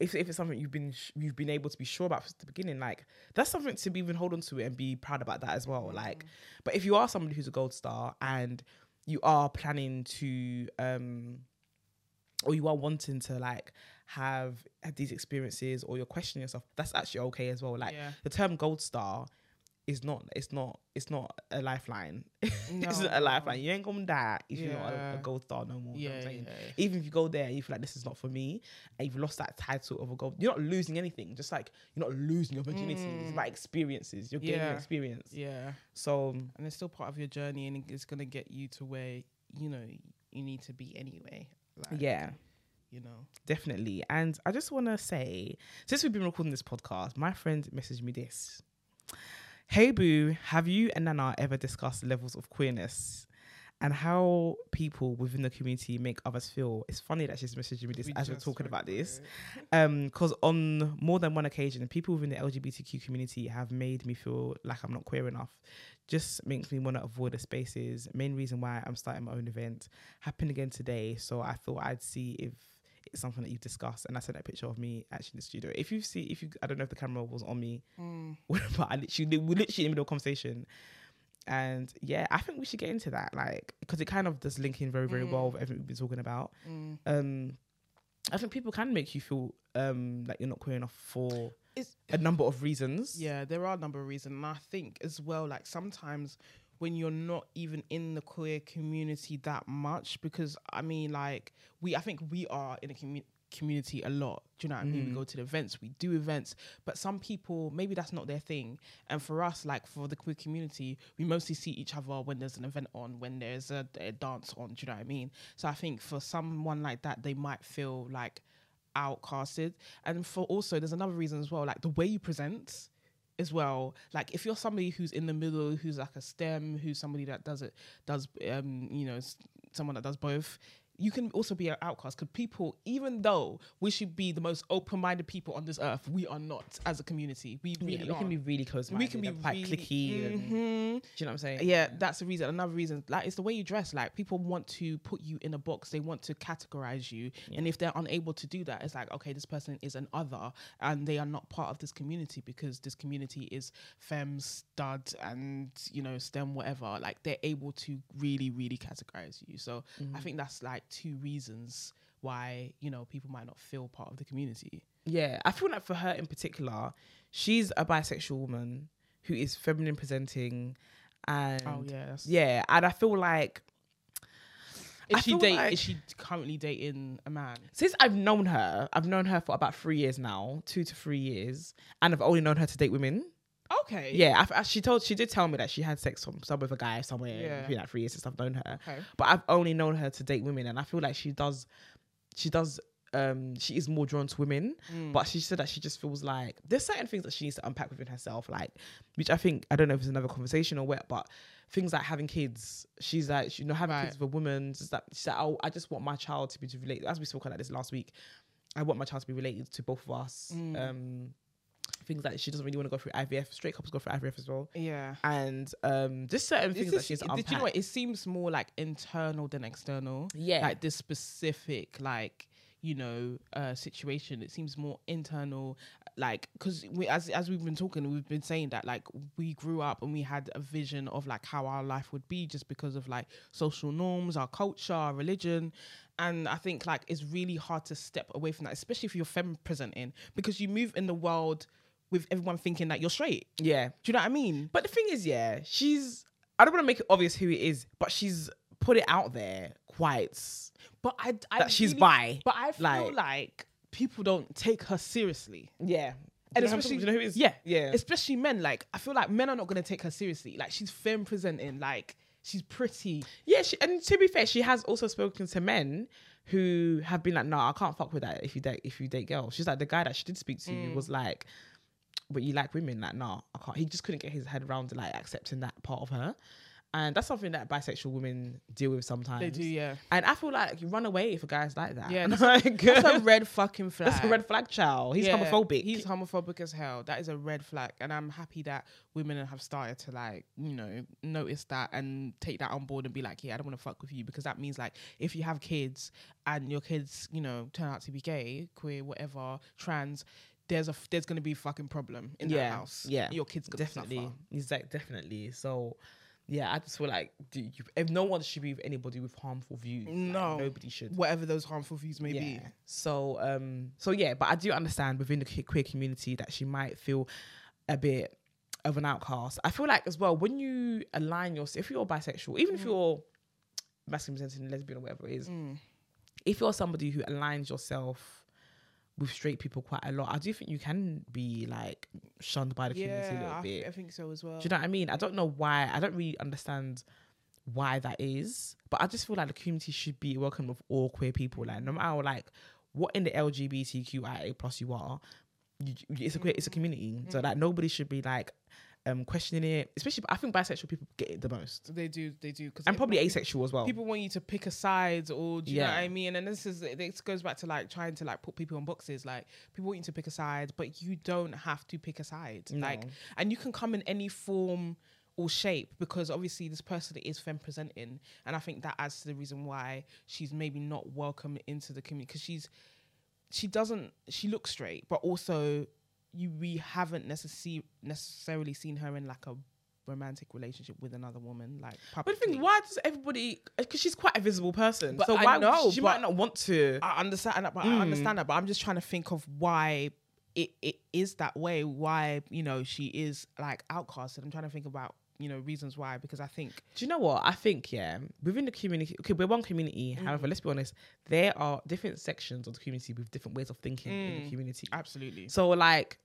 if, if it's something you've been sh- you've been able to be sure about from the beginning, like that's something to be even hold on to it and be proud about that as well. Like,
Mm-hmm.
but if you are somebody who's a gold star and you are planning to um or you are wanting to like have had these experiences or you're questioning yourself, that's actually okay as well. Like
Yeah.
the term gold star is not it's not it's not a lifeline. it's
No,
not a
no.
lifeline. You ain't gonna die if you're not a,
Yeah.
a gold star no more. you know what I'm
Yeah,
saying?
yeah, yeah.
Even if you go there and you feel like this is not for me, and you've lost that title of a gold, you're not losing anything. Just like you're not losing opportunities. It's about experiences. You're gaining
Yeah.
experience.
Yeah.
So um,
and it's still part of your journey and it's going to get you to where you know you need to be anyway like,
yeah,
you know
definitely. And I just want to say, since we've been recording this podcast, my friend messaged me this. Hey boo, have you and Nana ever discussed levels of queerness? And how people within the community make others feel. It's funny that she's messaging me this as we're talking about this. um because on more than one occasion people within the lgbtq community have made me feel like i'm not queer enough just makes me want to avoid the spaces main reason why i'm starting my own event happened again today so i thought i'd see if it's something that you've discussed and i sent that picture of me actually in the studio if you see if you i don't know if the camera was on me
Mm.
but i literally we literally in the middle of conversation and yeah i think we should get into that like because it kind of does link in very
Mm.
very well with everything we've been talking about um I think people can make you feel um like you're not queer enough for
It's-
a number of reasons.
yeah there are a number of reasons and i think as well like sometimes when you're not even in the queer community that much because i mean like we i think we are in a community community a lot do you know what i mean we
Mm.
go to the events we do events but some people maybe that's not their thing and for us like for the queer community we mostly see each other when there's an event on when there's a, a dance on do you know what i mean so i think for someone like that they might feel like outcasted and for also there's another reason as well like the way you present as well like if you're somebody who's in the middle who's like a stem who's somebody that does it does um you know s- someone that does both you can also be an outcast because people even though we should be the most open-minded people on this earth we are not as a community we
Yeah,
really
we can
aren't.
be really close
We can be
quite
really-
clicky. and- do
Mhm.
you know what I'm saying?
Yeah, that's the reason. Another reason, like, it's the way you dress. Like, people want to put you in a box. They want to categorize you, and if they're unable to do that, it's like, okay, this person is an other, and they are not part of this community because this community is femme, stud, and you know, STEM, whatever. Like, they're able to really, really categorize you. So,
Mm-hmm.
I think that's like two reasons why you know people might not feel part of the community.
Yeah, I feel like for her in particular, she's a bisexual woman who is feminine presenting, and
oh yeah, that's,
yeah, and I feel like I
Is she
feel
date?
like-
is she currently dating a man?
since I've known her, I've known her for about three years now, two to three years, and I've only known her to date women.
Okay.
Yeah, I, I, she told she did tell me that she had sex from some with a guy somewhere
Yeah.
between like three years since I've known her.
Okay.
But I've only known her to date women, and I feel like she does, she does, um, she is more drawn to women.
Mm.
But she said that she just feels like there's certain things that she needs to unpack within herself, like which I think I don't know if it's another conversation or what, but things like having kids. She's like, you know, having
Right.
kids with a woman. Just that she's like, oh, I just want my child to be to relate. As we spoke about this last week, I want my child to be related to both of us.
Mm.
Um, things like she doesn't really want to go through IVF. Straight couples go through IVF as well.
Yeah.
And um, just certain
This
things that
is-
she needs to
did
unpack.
you know what? It seems more like internal than external.
Yeah.
Like this specific, like, you know, uh, situation. It seems more internal. like because we as as we've been talking we've been saying that like we grew up and we had a vision of like how our life would be just because of like social norms our culture our religion and i think like it's really hard to step away from that especially if you're femme presenting because you move in the world with everyone thinking that you're straight
Yeah.
do you know what i mean
But the thing is, yeah, she's. I don't want to make it obvious who it is, but she's put it out there quite
but i, I
that she's
really-
bi.
but i feel
Like-
like, people don't take her seriously
yeah,
and
Do you know-
especially
do you know who it is?
yeah
yeah.
especially men like i feel like men are not going to take her seriously like she's femme presenting like she's pretty
Yeah, she, and to be fair, she has also spoken to men who have been like, "Nah, I can't fuck with that. If you date, if you date girls, she's like the guy that she did speak to
Mm.
was like, but you like women, like, nah, I can't. He just couldn't get his head around like accepting that part of her, and that's something that bisexual women deal with sometimes.
they do yeah
And I feel like you run away if a guy's like that.
Yeah,
that's,
that's
like,
that's a red fucking flag
that's a red flag, child. He's
Yeah,
homophobic.
he's homophobic as hell that is a red flag and i'm happy that women have started to like you know notice that and take that on board and be like yeah i don't want to fuck with you because that means like if you have kids and your kids you know turn out to be gay queer whatever trans there's a f- there's going to be a fucking problem in
Yeah,
that house
yeah.
your kids gonna
definitely.
suffer.
He's like definitely. So yeah, I just feel like do you, if no one should be with anybody with harmful views. like,
No.
nobody should.
whatever those harmful views may be
Yeah. So um so yeah, but I do understand within the que- queer community that she might feel a bit of an outcast. I feel like as well when you align yourself, if you're bisexual, even
Mm.
if you're masculine presenting lesbian or whatever it is, if you're somebody who aligns yourself with straight people quite a lot, I do think you can be like shunned by the community a little
I,
bit.
I think so as well.
Do you know what I mean? I don't know why. I don't really understand why that is, but I just feel like the community should be welcome of all queer people. Like no matter like what in the LGBTQIA plus you are, you, you- it's a queer, it's a community.
Mm.
So like nobody should be like um questioning it. Especially, I think bisexual people get it the most,
they do, they do, because
and probably asexual as well.
people want you to pick a side, or do you know
Oh. Yeah.
what I mean? And this is this goes back to like trying to like put people in boxes. Like people want you to pick a side, but you don't have to pick a side.
Mm.
Like, and you can come in any form or shape because obviously this person is femme presenting, and I think that adds to the reason why she's maybe not welcome into the community because she's she doesn't she looks straight, but also you we haven't necessarily necessarily seen her in like a romantic relationship with another woman like
but the thing,
publicly.
is, why does everybody? Because she's quite a visible person,
But
so
I
why would
know,
she
but-
might not want to.
I understand that, but
Hmm.
I understand that. But I'm just trying to think of why it, it is that way. Why you know she is like outcasted. I'm trying to think about you know reasons why because I think
Do you know what? I think, yeah, within the community, okay, we're one community. However, let's be honest, there are different sections of the community with different ways of thinking in the community.
absolutely
So, like,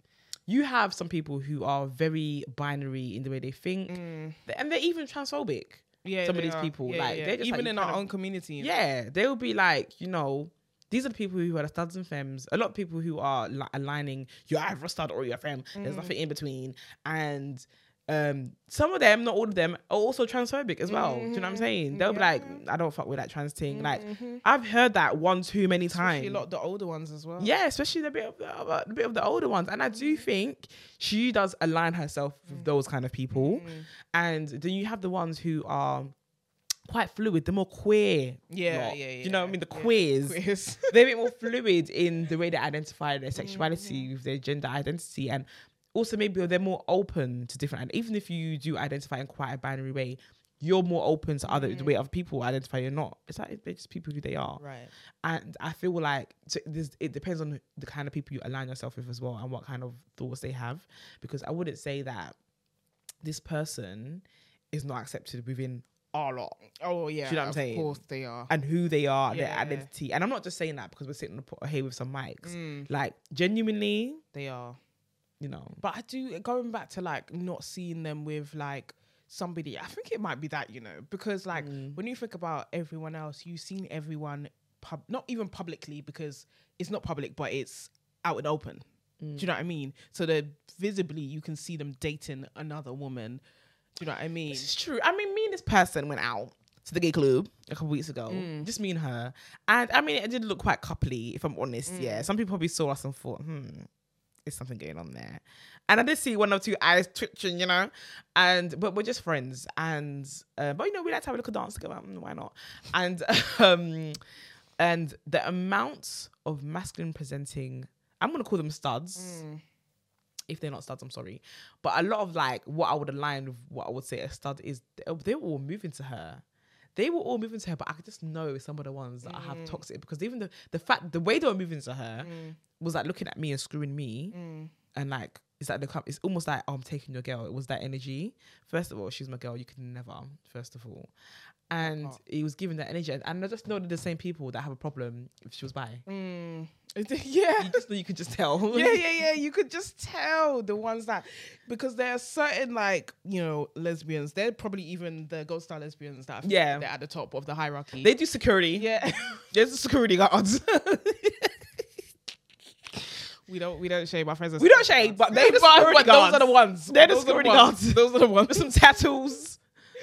you have some people who are very binary in the way they think, th- and they're even transphobic.
Mm, yeah
Some of
they
these
are.
people,
Yeah,
like,
yeah.
they're just,
even
like,
in
you
our
kind of-
own community you know?
Yeah, they will be like, you know, these are the people who are the studs and femmes. A lot of people who are li- aligning, you're either a stud or you're a femme.
Mm.
There's nothing in between. And um, some of them, not all of them, are also transphobic as well. Do you know
Mm-hmm.
what I'm saying? They'll be like, I don't fuck with that trans thing. Like, I've heard that one too many
Especially
times.
a lot of the Mm-hmm. older ones as well
Yeah, especially the bit of the, uh, the bit of the older ones, and I do think she does align herself
Mm.
with those kind of people, and then you have the ones who are quite fluid. They're more queer.
Yeah,
lot.
yeah, yeah,
You know what I mean? The
yeah.
queers.
Quiz.
They're a bit more fluid in the way they identify
Mm,
their sexuality, with their gender identity, and also maybe they're more open to different. And even if you do identify in quite a binary way, you're more open to other the way other people identify. You're not. It's like they're just people who they are
Mm. right
and I feel like t- this, it depends on the kind of people you align yourself with as well and what kind of thoughts they have. Because I wouldn't say that this person is not accepted within our lot
oh yeah
Do you know what I'm
of
saying?
course they are
and who they are, their
Yeah.
identity. And I'm not just saying that because we're sitting on the po- here with some mics.
Mm,
Like genuinely,
they are
you know.
but I do going back to like not seeing them with like somebody. I think it might be that you know because like
Mm.
when you think about everyone else, you've seen everyone pub, not even publicly because it's not public, but it's out and open.
Mm.
Do you know what I mean? So that visibly you can see them dating another woman. Do you know what I mean?
It's true. I mean, me and this person went out to the gay club a couple weeks ago. Just me and her, and I mean, it did look quite coupley, if I'm honest. Yeah, some people probably saw us and thought, hmm, there's something going on there. And I did see one or two eyes twitching, you know. And but we're just friends, and uh, but you know, we like to have a little dance together. mm, Why not? And um,
Mm.
and the amount of masculine presenting, I'm gonna call them studs. if they're not studs, I'm sorry. But a lot of like what I would align with what I would say a stud is they- they were all moving to her. They were all moving to her, but I could just know some of the ones that I
Mm.
have toxic because even the, the fact the way they were moving to her was like looking at me and screwing me
mm,
and like it's like the com- it's almost like oh, I'm taking your girl. It was that energy. First of all, she's my girl. You can never. First of all, and
Oh.
it was giving that energy. And, and I just know that the same people that have a problem if she was by.
mm. yeah.
You just know you can just tell.
yeah, yeah, yeah. You could just tell the ones that because there are certain like you know lesbians. They're probably even the gold star lesbians that are,
Yeah.
they're at the top of the hierarchy.
They do security.
yeah,
There's security guards.
we don't we don't shame our friends. are
we don't
security
shade,
guards.
but they the security
but
guards.
Those are the ones.
They're the
Those are
security
ones.
guards.
Those are the ones.
With some tattoos.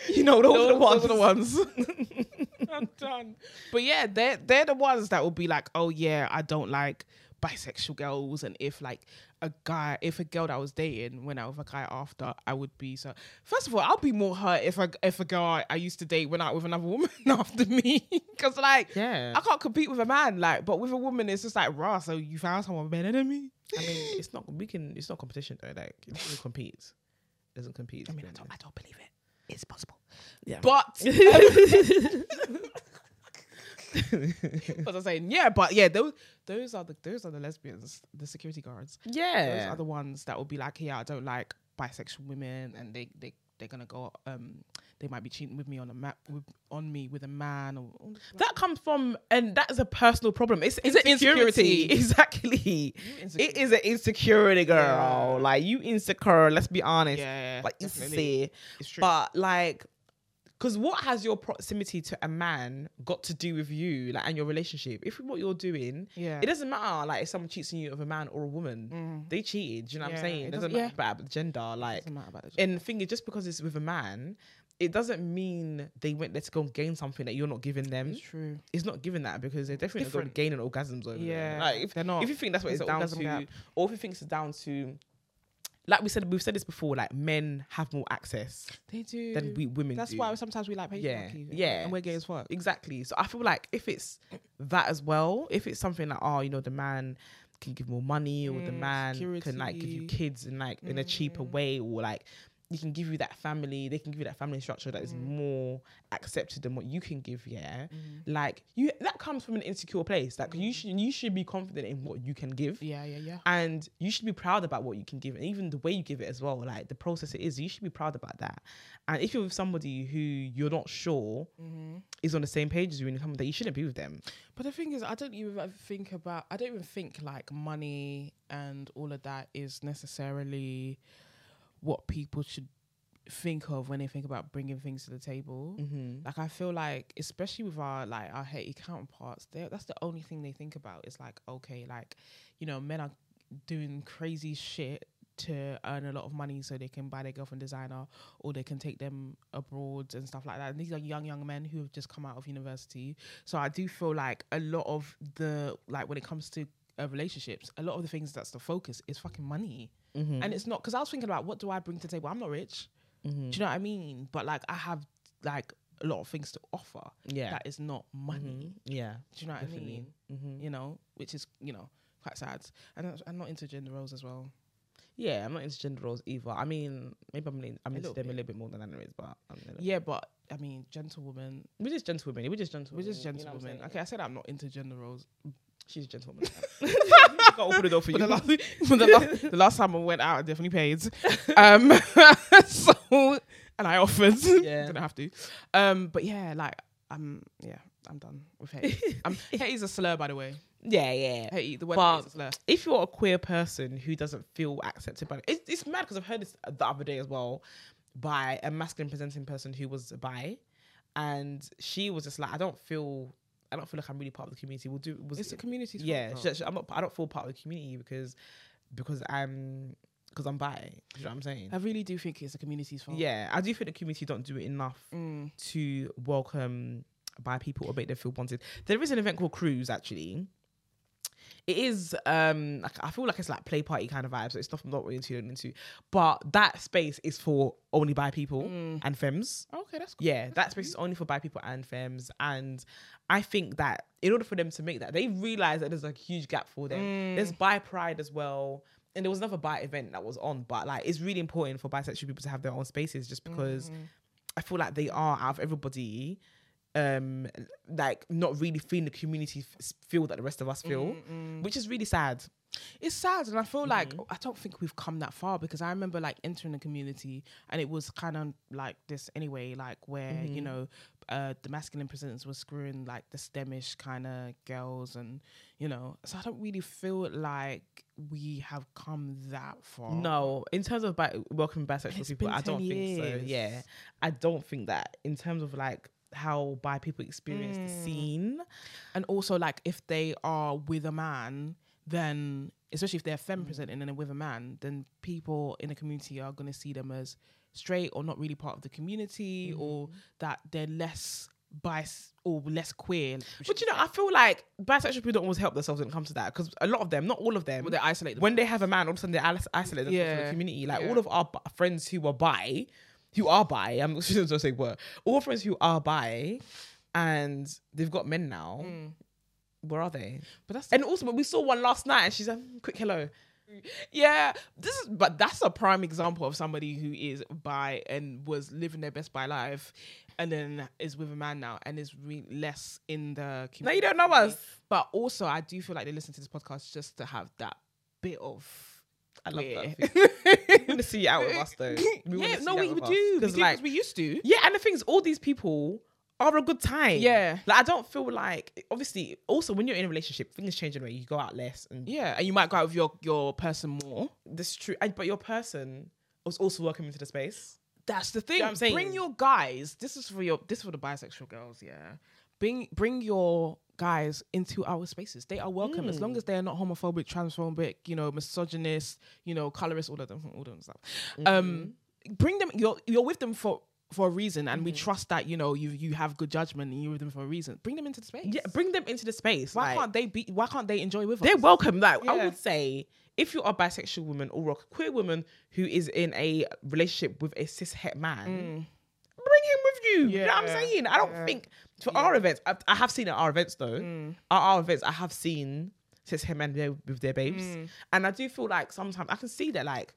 You know, those, are the ones.
Those are the ones. I'm done. But yeah, they're they're the ones that will be like, oh yeah, I don't like bisexual girls, and if like a guy, if a girl that I was dating went out with a guy after, I would be so. First of all, I'll be more hurt if a if a girl I, I used to date went out with another woman after me, because like
Yeah.
I can't compete with a man, like, but with a woman, it's just like raw. So you found someone better than me.
I mean, it's not we can. It's not competition though. Like it doesn't compete. It doesn't compete. I mean, I don't. I don't believe it. It's possible. Yeah.
But
But-
as I was saying, yeah, but yeah, those those are the those are the lesbians, the security guards. Those
yeah.
are the ones that will be like, yeah, I don't like bisexual women, and they they they're gonna go, um, they might be cheating with me on a ma- with, on me with a man or or-
that comes from, and that is a personal problem. It's, it's
Insecurity.
insecurity. Exactly. It is an insecurity, girl.
Yeah.
Like you insecure. Let's be honest.
yeah,
like you
definitely.
see.
it's true.
But like, because what has your proximity to a man got to do with you, like, and your relationship? If what you're doing,
yeah,
it doesn't matter. Like, if someone cheats on you of a man or a woman,
Mm.
they cheated. Do you know what
Yeah,
I'm saying?
it
It doesn't
doesn't-
matter about the gender. Like,
doesn't matter about the
and the thing is, just because it's with a man, it doesn't mean they went there to go and gain something that you're not giving them.
It's true.
It's not giving that because they're definitely not
different.
going to gain an orgasms over
Yeah,
there. Like, if,
they're not.
if you think that's what
There's
it's
an
down
orgasm
to,
gap.
or if you think it's down to, like we said, we've said this before, like men have more access
they do.
than we women
Mm. That's
do.
why sometimes we like
Yeah,
patriarchy.
yeah.
and we're gay as fuck.
Exactly. So I feel like if it's that as well, if it's something like, oh, you know, the man can give more money or the
Mm,
man can like give you
security. Mm.
kids in like in a cheaper way or like you can give you that family, they can give you that family structure that is
Mm.
more accepted than what you can give, yeah.
Mm-hmm.
Like you that comes from an insecure place. Like
Mm.
you should you should be confident in what you can give
Yeah, yeah, yeah.
and you should be proud about what you can give and even the way you give it as well like the process it is you should be proud about that and if you're with somebody who you're not sure
Mm-hmm.
is on the same page as you in something that you shouldn't be with them
But the thing is, I don't even think about. I don't even think like money and all of that is necessarily what people should think of when they think about bringing things to the table.
mm-hmm.
Like I feel like, especially with our like our Haiti counterparts, they that's the only thing they think about. It's like okay, like you know, men are doing crazy shit to earn a lot of money so they can buy their girlfriend designer or they can take them abroad and stuff like that. And these are young young men who have just come out of university, so I do feel like a lot of the like when it comes to uh, relationships, a lot of the things that's the focus is fucking money,
Mm-hmm.
and it's not because I was thinking about what do I bring to the table. I'm not rich.
mm-hmm.
Do you know what I mean? But like I have like a lot of things to offer
yeah
that is not money.
Mhm. yeah
Do you know what I
definitely
mean?
mm-hmm.
You know, which is you know quite sad. And I'm- I'm not into gender roles as well.
yeah i'm not into gender roles either i mean maybe i'm, in, I'm
A
into
little
them
bit.
a little bit more than Anna is but I'm a little-
Yeah, but I mean, gentlewoman.
we're just gentlewomen we're just gentlewomen
We're just
Mm, you know what I'm
gentlewomen.
saying?
okay, I said I'm not into gender roles.
she's a gentlewoman gotta open the door for
But the
you.
last, but the last, the last time I went out, I definitely paid. Um, so and I offered.
Yeah.
Didn't have to. Um, but yeah, like I'm. Yeah, I'm done with hate. um, hate is a slur, by the way.
yeah yeah
Hate e, the word
But-
hate is a slur.
if you're a queer person who doesn't feel accepted by it's, it's mad because I've heard this the other day as well by a masculine presenting person who was bi, and she was just like, I don't feel, I don't feel like I'm really part of the community. We'll do, was
It's a community.
yeah, she- she- I'm not, I don't feel part of the community because because I'm because I'm bi. Do you know what I'm saying?
I really do think it's a community's fault.
Yeah, I do think the community don't do it enough
Mm.
to welcome by people or make them feel wanted. There is an event called Cruise actually. It is um like I feel like it's like play party kind of vibe, so it's stuff I'm not really into, into. But that space is for only by people
Mm.
and femmes.
Okay, that's cool.
Yeah, that space is only for bi people and femmes. And I think that in order for them to make that, they realize that there's a huge gap for them. There's bi pride as well. and there was another bi event that was on, but like it's really important for bisexual people to have their own spaces just because I feel like they are out of everybody, um, like not really feeling the community f- feel that the rest of us feel, which is really sad.
It's sad, and I feel like
Mm-hmm.
I don't think we've come that far because I remember like entering the community, and it was kind of like this anyway, like where
Mm-hmm.
you know uh, the masculine presence was screwing like the stemish kind of girls, and you know, so I don't really feel like we have come that far.
No, in terms of bi- welcoming bisexual
It's
people,
been
I don't
10
think so.
years.
Yeah, I don't think that in terms of like how bi people experience
Hmm.
the scene.
and also like if they are with a man, then especially if they're femme
Mm.
presenting and they're with a man, then people in the community are going to see them as straight or not really part of the community or
Mm-hmm.
that they're less bias or less queer.
But you know, I feel like bisexual people don't always help themselves when it comes to that because a lot of them, not all of them,
Well, they isolate them.
when they have a man, all of a sudden they're iso- isolated themselves from the
Yeah.
community. Like
Yeah.
all of our bi- friends who were bi, who are bi, I'm just going to say were, all friends who are bi and they've got men now, where are they?
Hmm. but that's
And also, we saw one last night and she's like, "Mm, quick hello.
yeah. This is but that's a prime example of somebody who is bi and was living their best bi life, and then is with a man now and is re- less in the community.
No, you don't know us.
But also, I do feel like they listen to this podcast just to have that bit of.
I love
Yeah.
that. feeling. We want to see you out with us though. We wanna
yeah,
see
no,
you out
we, we
with us.
do. We
'Cause,
do
like,
like, we used to.
Yeah, and the thing is, all these people are a good time.
Yeah.
Like, I don't feel like, obviously, also when you're in a relationship, things change anyway. You go out less, and
Yeah, and you might go out with your your person more.
this is true. And, but your person was also welcome into the space.
That's the thing.
know what I'm saying?
Bring your guys. This is for your. This is for the bisexual girls. Yeah. Bring bring your guys into our spaces. They are welcome as
Mm.
long as they are not homophobic, transphobic, you know, misogynist, you know, colorist, all of them, all of them stuff. Um,
Mm-hmm.
bring them. You're you're with them for for a reason, and we trust that you know you you have good judgment and you're with them for a reason. Bring them into the space.
Yeah, bring them into the space.
Why
like,
can't they be? Why can't they enjoy with us?
they're welcome. Like I
Yeah.
would say, if you are a bisexual woman or a queer woman who is in a relationship with a cis het man, bring him with you. You know what I'm
Mm. Yeah. Mm.
saying? I don't think for our events. I, I have seen at our events though. At our events, I have seen cis het men there with their babes,
Mm.
and I do feel like sometimes I can see that like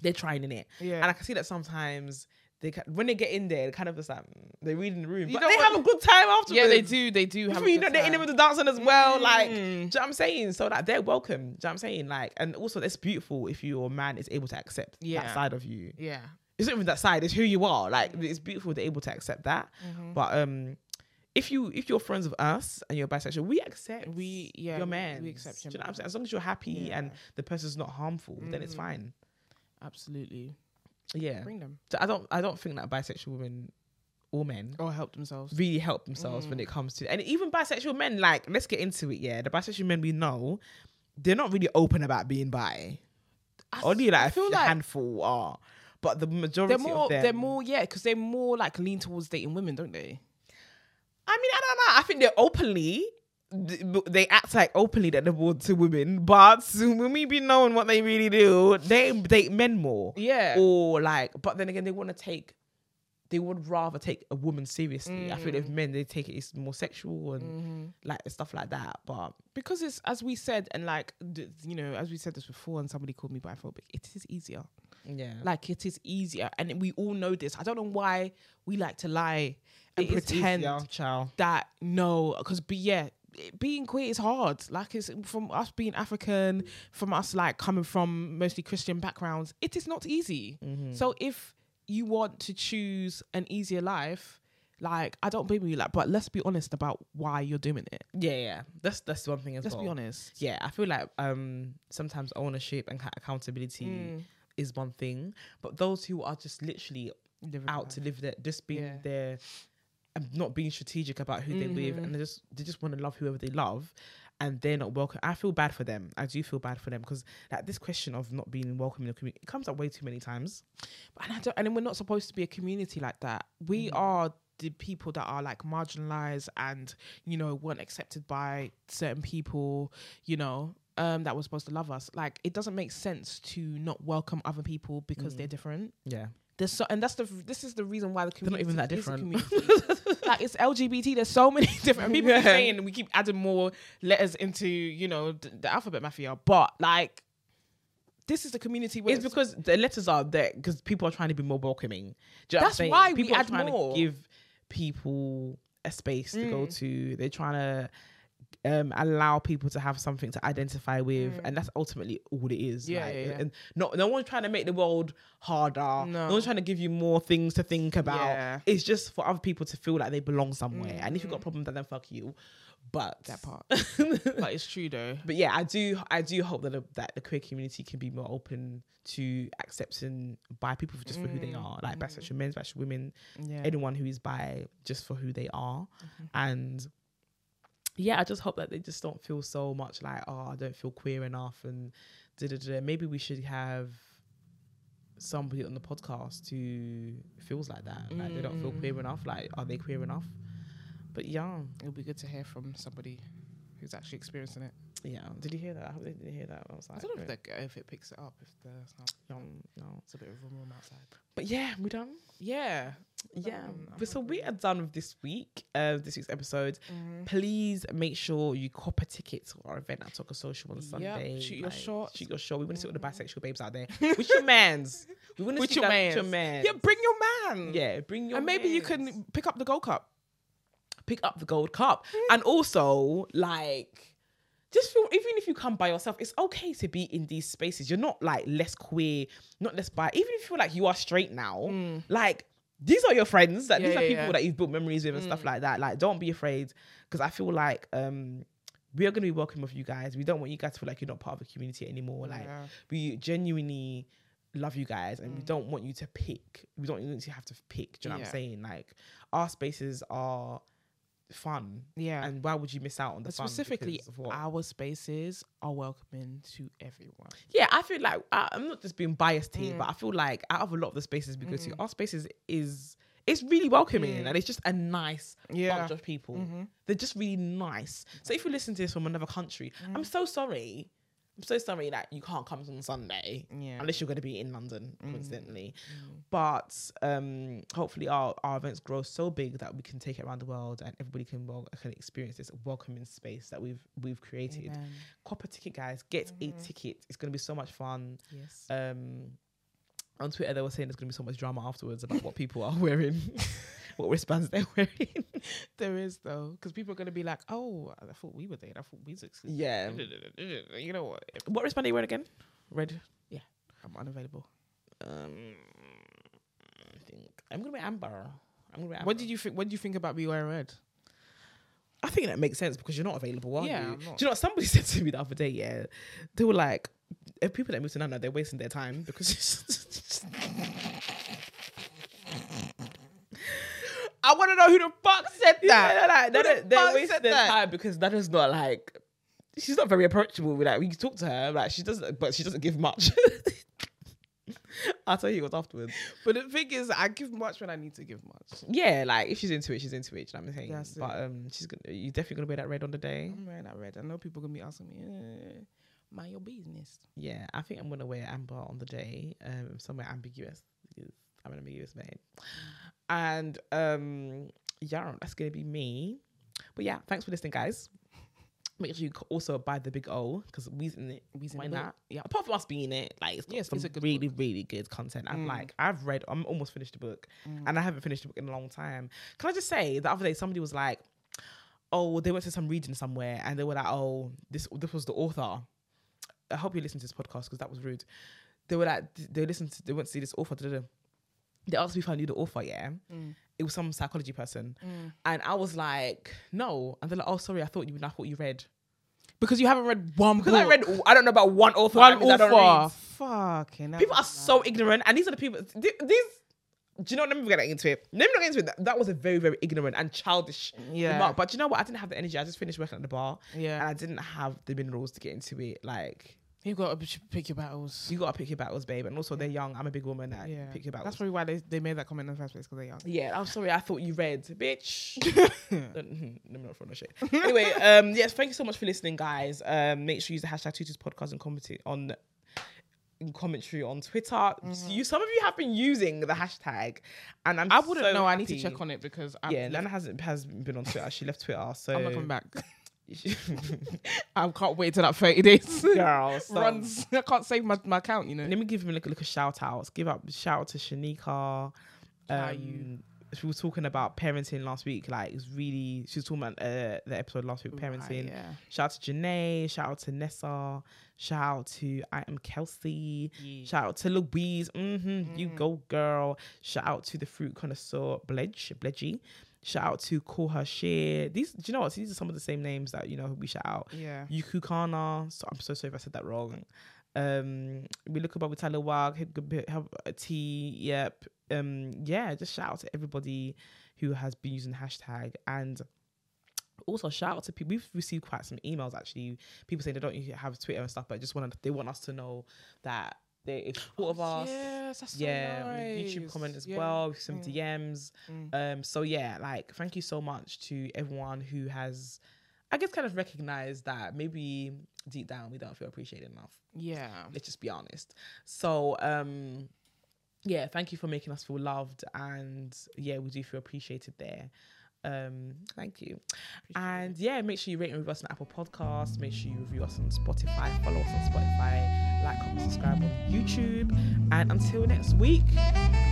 they're trying in it,
Yeah.
and I can see that sometimes. They, ca- when they get in there, they're kind of just like mm, they read in the room, but
know
they
what?
have a good time afterwards.
Yeah, they do. They do. Have a
Before you
good
know, they're in there
time.
with the dancing as well. Like, do you know
Mm.
what I'm saying? So like, they're welcome. Do you know what I'm saying? Like, and also that's beautiful if your man is able to accept that
Yeah. Mm.
side of you.
Yeah.
It's not even that side; it's who you are. Like, it's beautiful they're able to accept that.
Mm-hmm.
But um, if you if you're friends with us and you're bisexual, we accept
We yeah.
your
we-
man.
We accept
you
your
know what I'm
man.
saying? As long as you're happy
Yeah. Mm.
and the person's not harmful, then it's fine.
Absolutely.
Yeah.
Bring them.
So I don't I don't think that bisexual women or men
Or help themselves.
really help themselves when it
Mm.
comes to and even bisexual men like let's get into it yeah the bisexual men we know they're not really open about being bi
I
only
s- I
like a
feel
f-
like
handful are but the majority
they're more
of them
they're more yeah because they're more like lean towards dating women, don't they?
i mean i don't know i think they're openly th- b- they act like openly that they're more to women but when we be knowing what they really do they date men more
Yeah.
or like but then again they want to take they would rather take a woman seriously. I feel
Mm.
if men they take it it's more sexual and
Mm-hmm.
like stuff like that. But
Because it's as we said and like d- you know as we said this before and somebody called me biphobic. It is easier.
yeah,
Like it is easier, and we all know this. I don't know why we like to lie and
It is
pretend
easier, child.
that no, because be yeah, it- being queer is hard. Like it's from us being African, from us like coming from mostly Christian backgrounds. It is not easy.
Mm.
So if you want to choose an easier life, like I don't blame you. Like, but let's be honest about why you're doing it.
Yeah, yeah. That's that's one thing as
Let's
well.
be honest.
Yeah, I feel like um sometimes ownership and ca- accountability
Mm.
is one thing, but those who are just literally
Living
out
life.
to live their just being
Mm. Yeah.
their and not being strategic about who they're
Mm-hmm.
with, and they just they just want to love whoever they love, and they're not welcome. I feel bad for them. I do feel bad for them because like this question of not being welcome in the community it comes up way too many times.
and I don't, and then we're not supposed to be a community like that. We
Mm.
are the people that are like marginalized and you know weren't accepted by certain people, you know, um, that were supposed to love us. Like it doesn't make sense to not welcome other people because
Mm.
they're different.
Yeah,
There's so, and that's the this is the reason why the
they're not
community
even that
is a
different.
community like it's LGBT. There's so many different people keep
Yeah.
saying we keep adding more letters into you know th- the alphabet mafia, but like this is the community where
It's because the letters are there because people are trying to be more welcoming. Do you know what I'm
That's
saying?
why we
people are
add
trying
more. Mm.
to give people a space to go to. They're trying to um, allow people to have something to identify with, and that's ultimately all it is.
Mm. Yeah,
like,
yeah, yeah.
And not no one's trying to make the world harder. No,
No.
one's trying to give you more things to think about.
Yeah.
It's just for other people to feel like they belong somewhere. And if you've got a problem, then, then fuck you. But
Mm. That part.
part.
but it's true though.
but yeah, I do I do hope that the, that the queer community can be more open to accepting bi people just for who
Mm.
they are, like bisexual men, bisexual women,
Yeah.
anyone who is bi just for who they are,
Mm-hmm.
and yeah, I just hope that they just don't feel so much like oh I don't feel queer enough and da da da. Maybe we should have somebody on the podcast who feels like that, like they don't feel
Mm.
queer enough. Like are they queer enough? But yeah,
It'll be good to hear from somebody who's actually experiencing it.
yeah. Did you hear that? I hope they didn't hear that. I was
I
like,
don't know if, the, if it picks it up. If there's not,
um, no.
it's a bit of a room outside.
But yeah, we done.
Yeah.
Yeah.
Um, I'm
but so we are done with this week, uh, this week's episode.
Mm.
Please make sure you cop a ticket to our event at Talker Social on Sunday.
shoot your shots.
Shoot your shot. We want to see all the bisexual babes out there. With your mans. We want to
With
see
your
that with your
man.
mans. Mm.
Yeah, bring your man.
Yeah, bring your
And maybe you
mans.
can pick up the gold cup.
pick up the gold cup. and also, like, just feel even if you come by yourself, it's okay to be in these spaces. You're not like less queer, not less bi. Even if you feel like you are straight now,
Mm.
like these are your friends. That
Yeah,
these are
yeah,
people
yeah. Mm.
that you've built memories with and stuff like that. Like, don't be afraid because I feel like um we are gonna be welcome of you guys. We don't want you guys to feel like you're not part of the community anymore. Like,
Yeah. Mm.
we genuinely love you guys and we don't want you to pick we don't want you to have to pick do you know what
Yeah.
i'm saying like our spaces are fun
Yeah.
and why would you miss out on the
But
fun
specifically,
because of what-
our spaces are welcoming to everyone.
yeah i feel like I, i'm not just being biased here but i feel like out of a lot of the spaces we go to
Mm-hmm.
our spaces is it's really welcoming and it's just a nice
Yeah. Mm-hmm.
bunch of people they're just really nice so if you listen to this from another country
Mm.
i'm so sorry i'm so sorry that you can't come on sunday
Yeah. Mm.
unless you're going to be in London, coincidentally. But um, hopefully, our, our events grow so big that we can take it around the world and everybody can wel- can experience this welcoming space that we've we've created.
Amen.
Copper ticket, guys, get a ticket. It's going to be so much fun.
Yes.
Um, on Twitter, they were saying there's going to be so much drama afterwards about what people are wearing, what wristbands they're wearing.
There is though, because people are gonna be like, "Oh, I thought we were there. I thought we was exclusive."
yeah.
You know what? If
What wristband are you wearing again? Red.
I'm unavailable.
Um, I think I'm going to wear amber. I'm going to wear amber.
What did you think? What do you think about me wearing red?
I think that makes sense because you're not available, aren't
Yeah,
you?
I'm
Do
not.
you know what somebody said to me the other day? Yeah, they were like, if people that move to Nana, they're wasting their time because.
I want to know who the fuck said that.
yeah, they're like,
Who
they're,
the
they're
fuck
wasting
said
their
that?
time because that is not like. She's not very approachable. We like we talk to her, like she doesn't, but she doesn't give much. I'll tell you what afterwards.
But the thing is, I give much when I need to give much.
Yeah, like if she's into it, she's into it. You know what I'm saying?
That's it.
but um, she's gonna, you definitely gonna wear that red on the day.
I'm wearing that red. I know people gonna be asking me, eh, "Mind your business."
Yeah, I think I'm gonna wear amber on the day, um, somewhere ambiguous because I'm an ambiguous man. And um, yeah, that's gonna be me. But yeah, thanks for listening, guys. Make sure you c- also buy the big O because we's in it.
We's in
Why
the book.
not?
Yeah.
Apart from us being in it, like it's got
Yes,
some
it's a good Mm.
really, really good content. I'm like, I've read, I'm almost finished the book, and I haven't finished the book in a long time. Can I just say the other day somebody was like, oh, they went to some reading somewhere, and they were like, oh, this this was the author. I hope you listen to this podcast because that was rude. They were like, they listened to, they went to see this author. da, da, da. They asked me if I knew the author, yeah.
Mm.
It was some psychology person. And I was like, no. And they're like, oh, sorry, I thought you, I thought you read.
Because you haven't read one
Because I read, I don't know about one author.
one
that means I don't read.
author. Fucking hell.
People are so ignorant, and these are the people. th- These, do you know? Let me not get into it. Let me not get into it. That, that was a very, very ignorant and childish
Yeah.
remark. But do you know what? I didn't have the energy. I just finished working at the bar,
Yeah.
and I didn't have the minerals to get into it. Like,
You got to pick your battles.
you gotta pick your battles, babe. And also, they're young. I'm a big woman. I
Yeah.
pick your battles.
That's probably why they, they made that comment in the first place because they're young.
yeah, I'm sorry. I thought you read, bitch. Let me not throw no shit. Anyway, um, yes, thank you so much for listening, guys. Um, make sure you use the hashtag Tutors Podcast and comment on in commentary on Twitter. You, some of you have been using the hashtag, and I'm
Mm-hmm. I wouldn't
so
know. I need to
happy.
check on it because I'm
Yeah, Nana hasn't has been on Twitter. She left Twitter, so
I'm not coming back. I can't wait till that 30 days
Girl, so-
runs. I can't save my, my account, you know.
Let me give him like a little shout outs. Give up shout out to Shanika.
How
um,
you-
She was talking about parenting last week. Like it's really. She was talking about uh, the episode last week, parenting.
Ah, yeah.
Shout out to Janae. Shout out to Nessa. Shout out to I am Kelsey. Shout out to Louise. hmm
Mm.
You go, girl. Shout out to the fruit connoisseur, Bledge, Bledgy. Shout out to Call Her Share. These, do you know what? These are some of the same names that, you know, we shout out.
Yeah.
Yukukana. So I'm so sorry if I said that wrong. Um, we look about with Tyler Wag, have a tea. Yep. Um, yeah, just shout out to everybody who has been using the hashtag and also shout out to people. We've received quite some emails actually. People saying they don't usually have Twitter and stuff, but just want to, they want us to know that they it's support of us.
Yes, that's so
Yeah, YouTube
nice.
comment as
Yeah.
well, some
Mm.
DMs. Um, so yeah, like thank you so much to everyone who has, I guess, kind of recognized that maybe deep down we don't feel appreciated enough.
Yeah.
Let's just be honest. So um, yeah, thank you for making us feel loved, and yeah, we do feel appreciated there. Um, thank you. And yeah, make sure you rate and review us on Apple Podcasts. Make sure you review us on Spotify. Follow us on Spotify. Like, comment, subscribe on YouTube. And until next week, peace.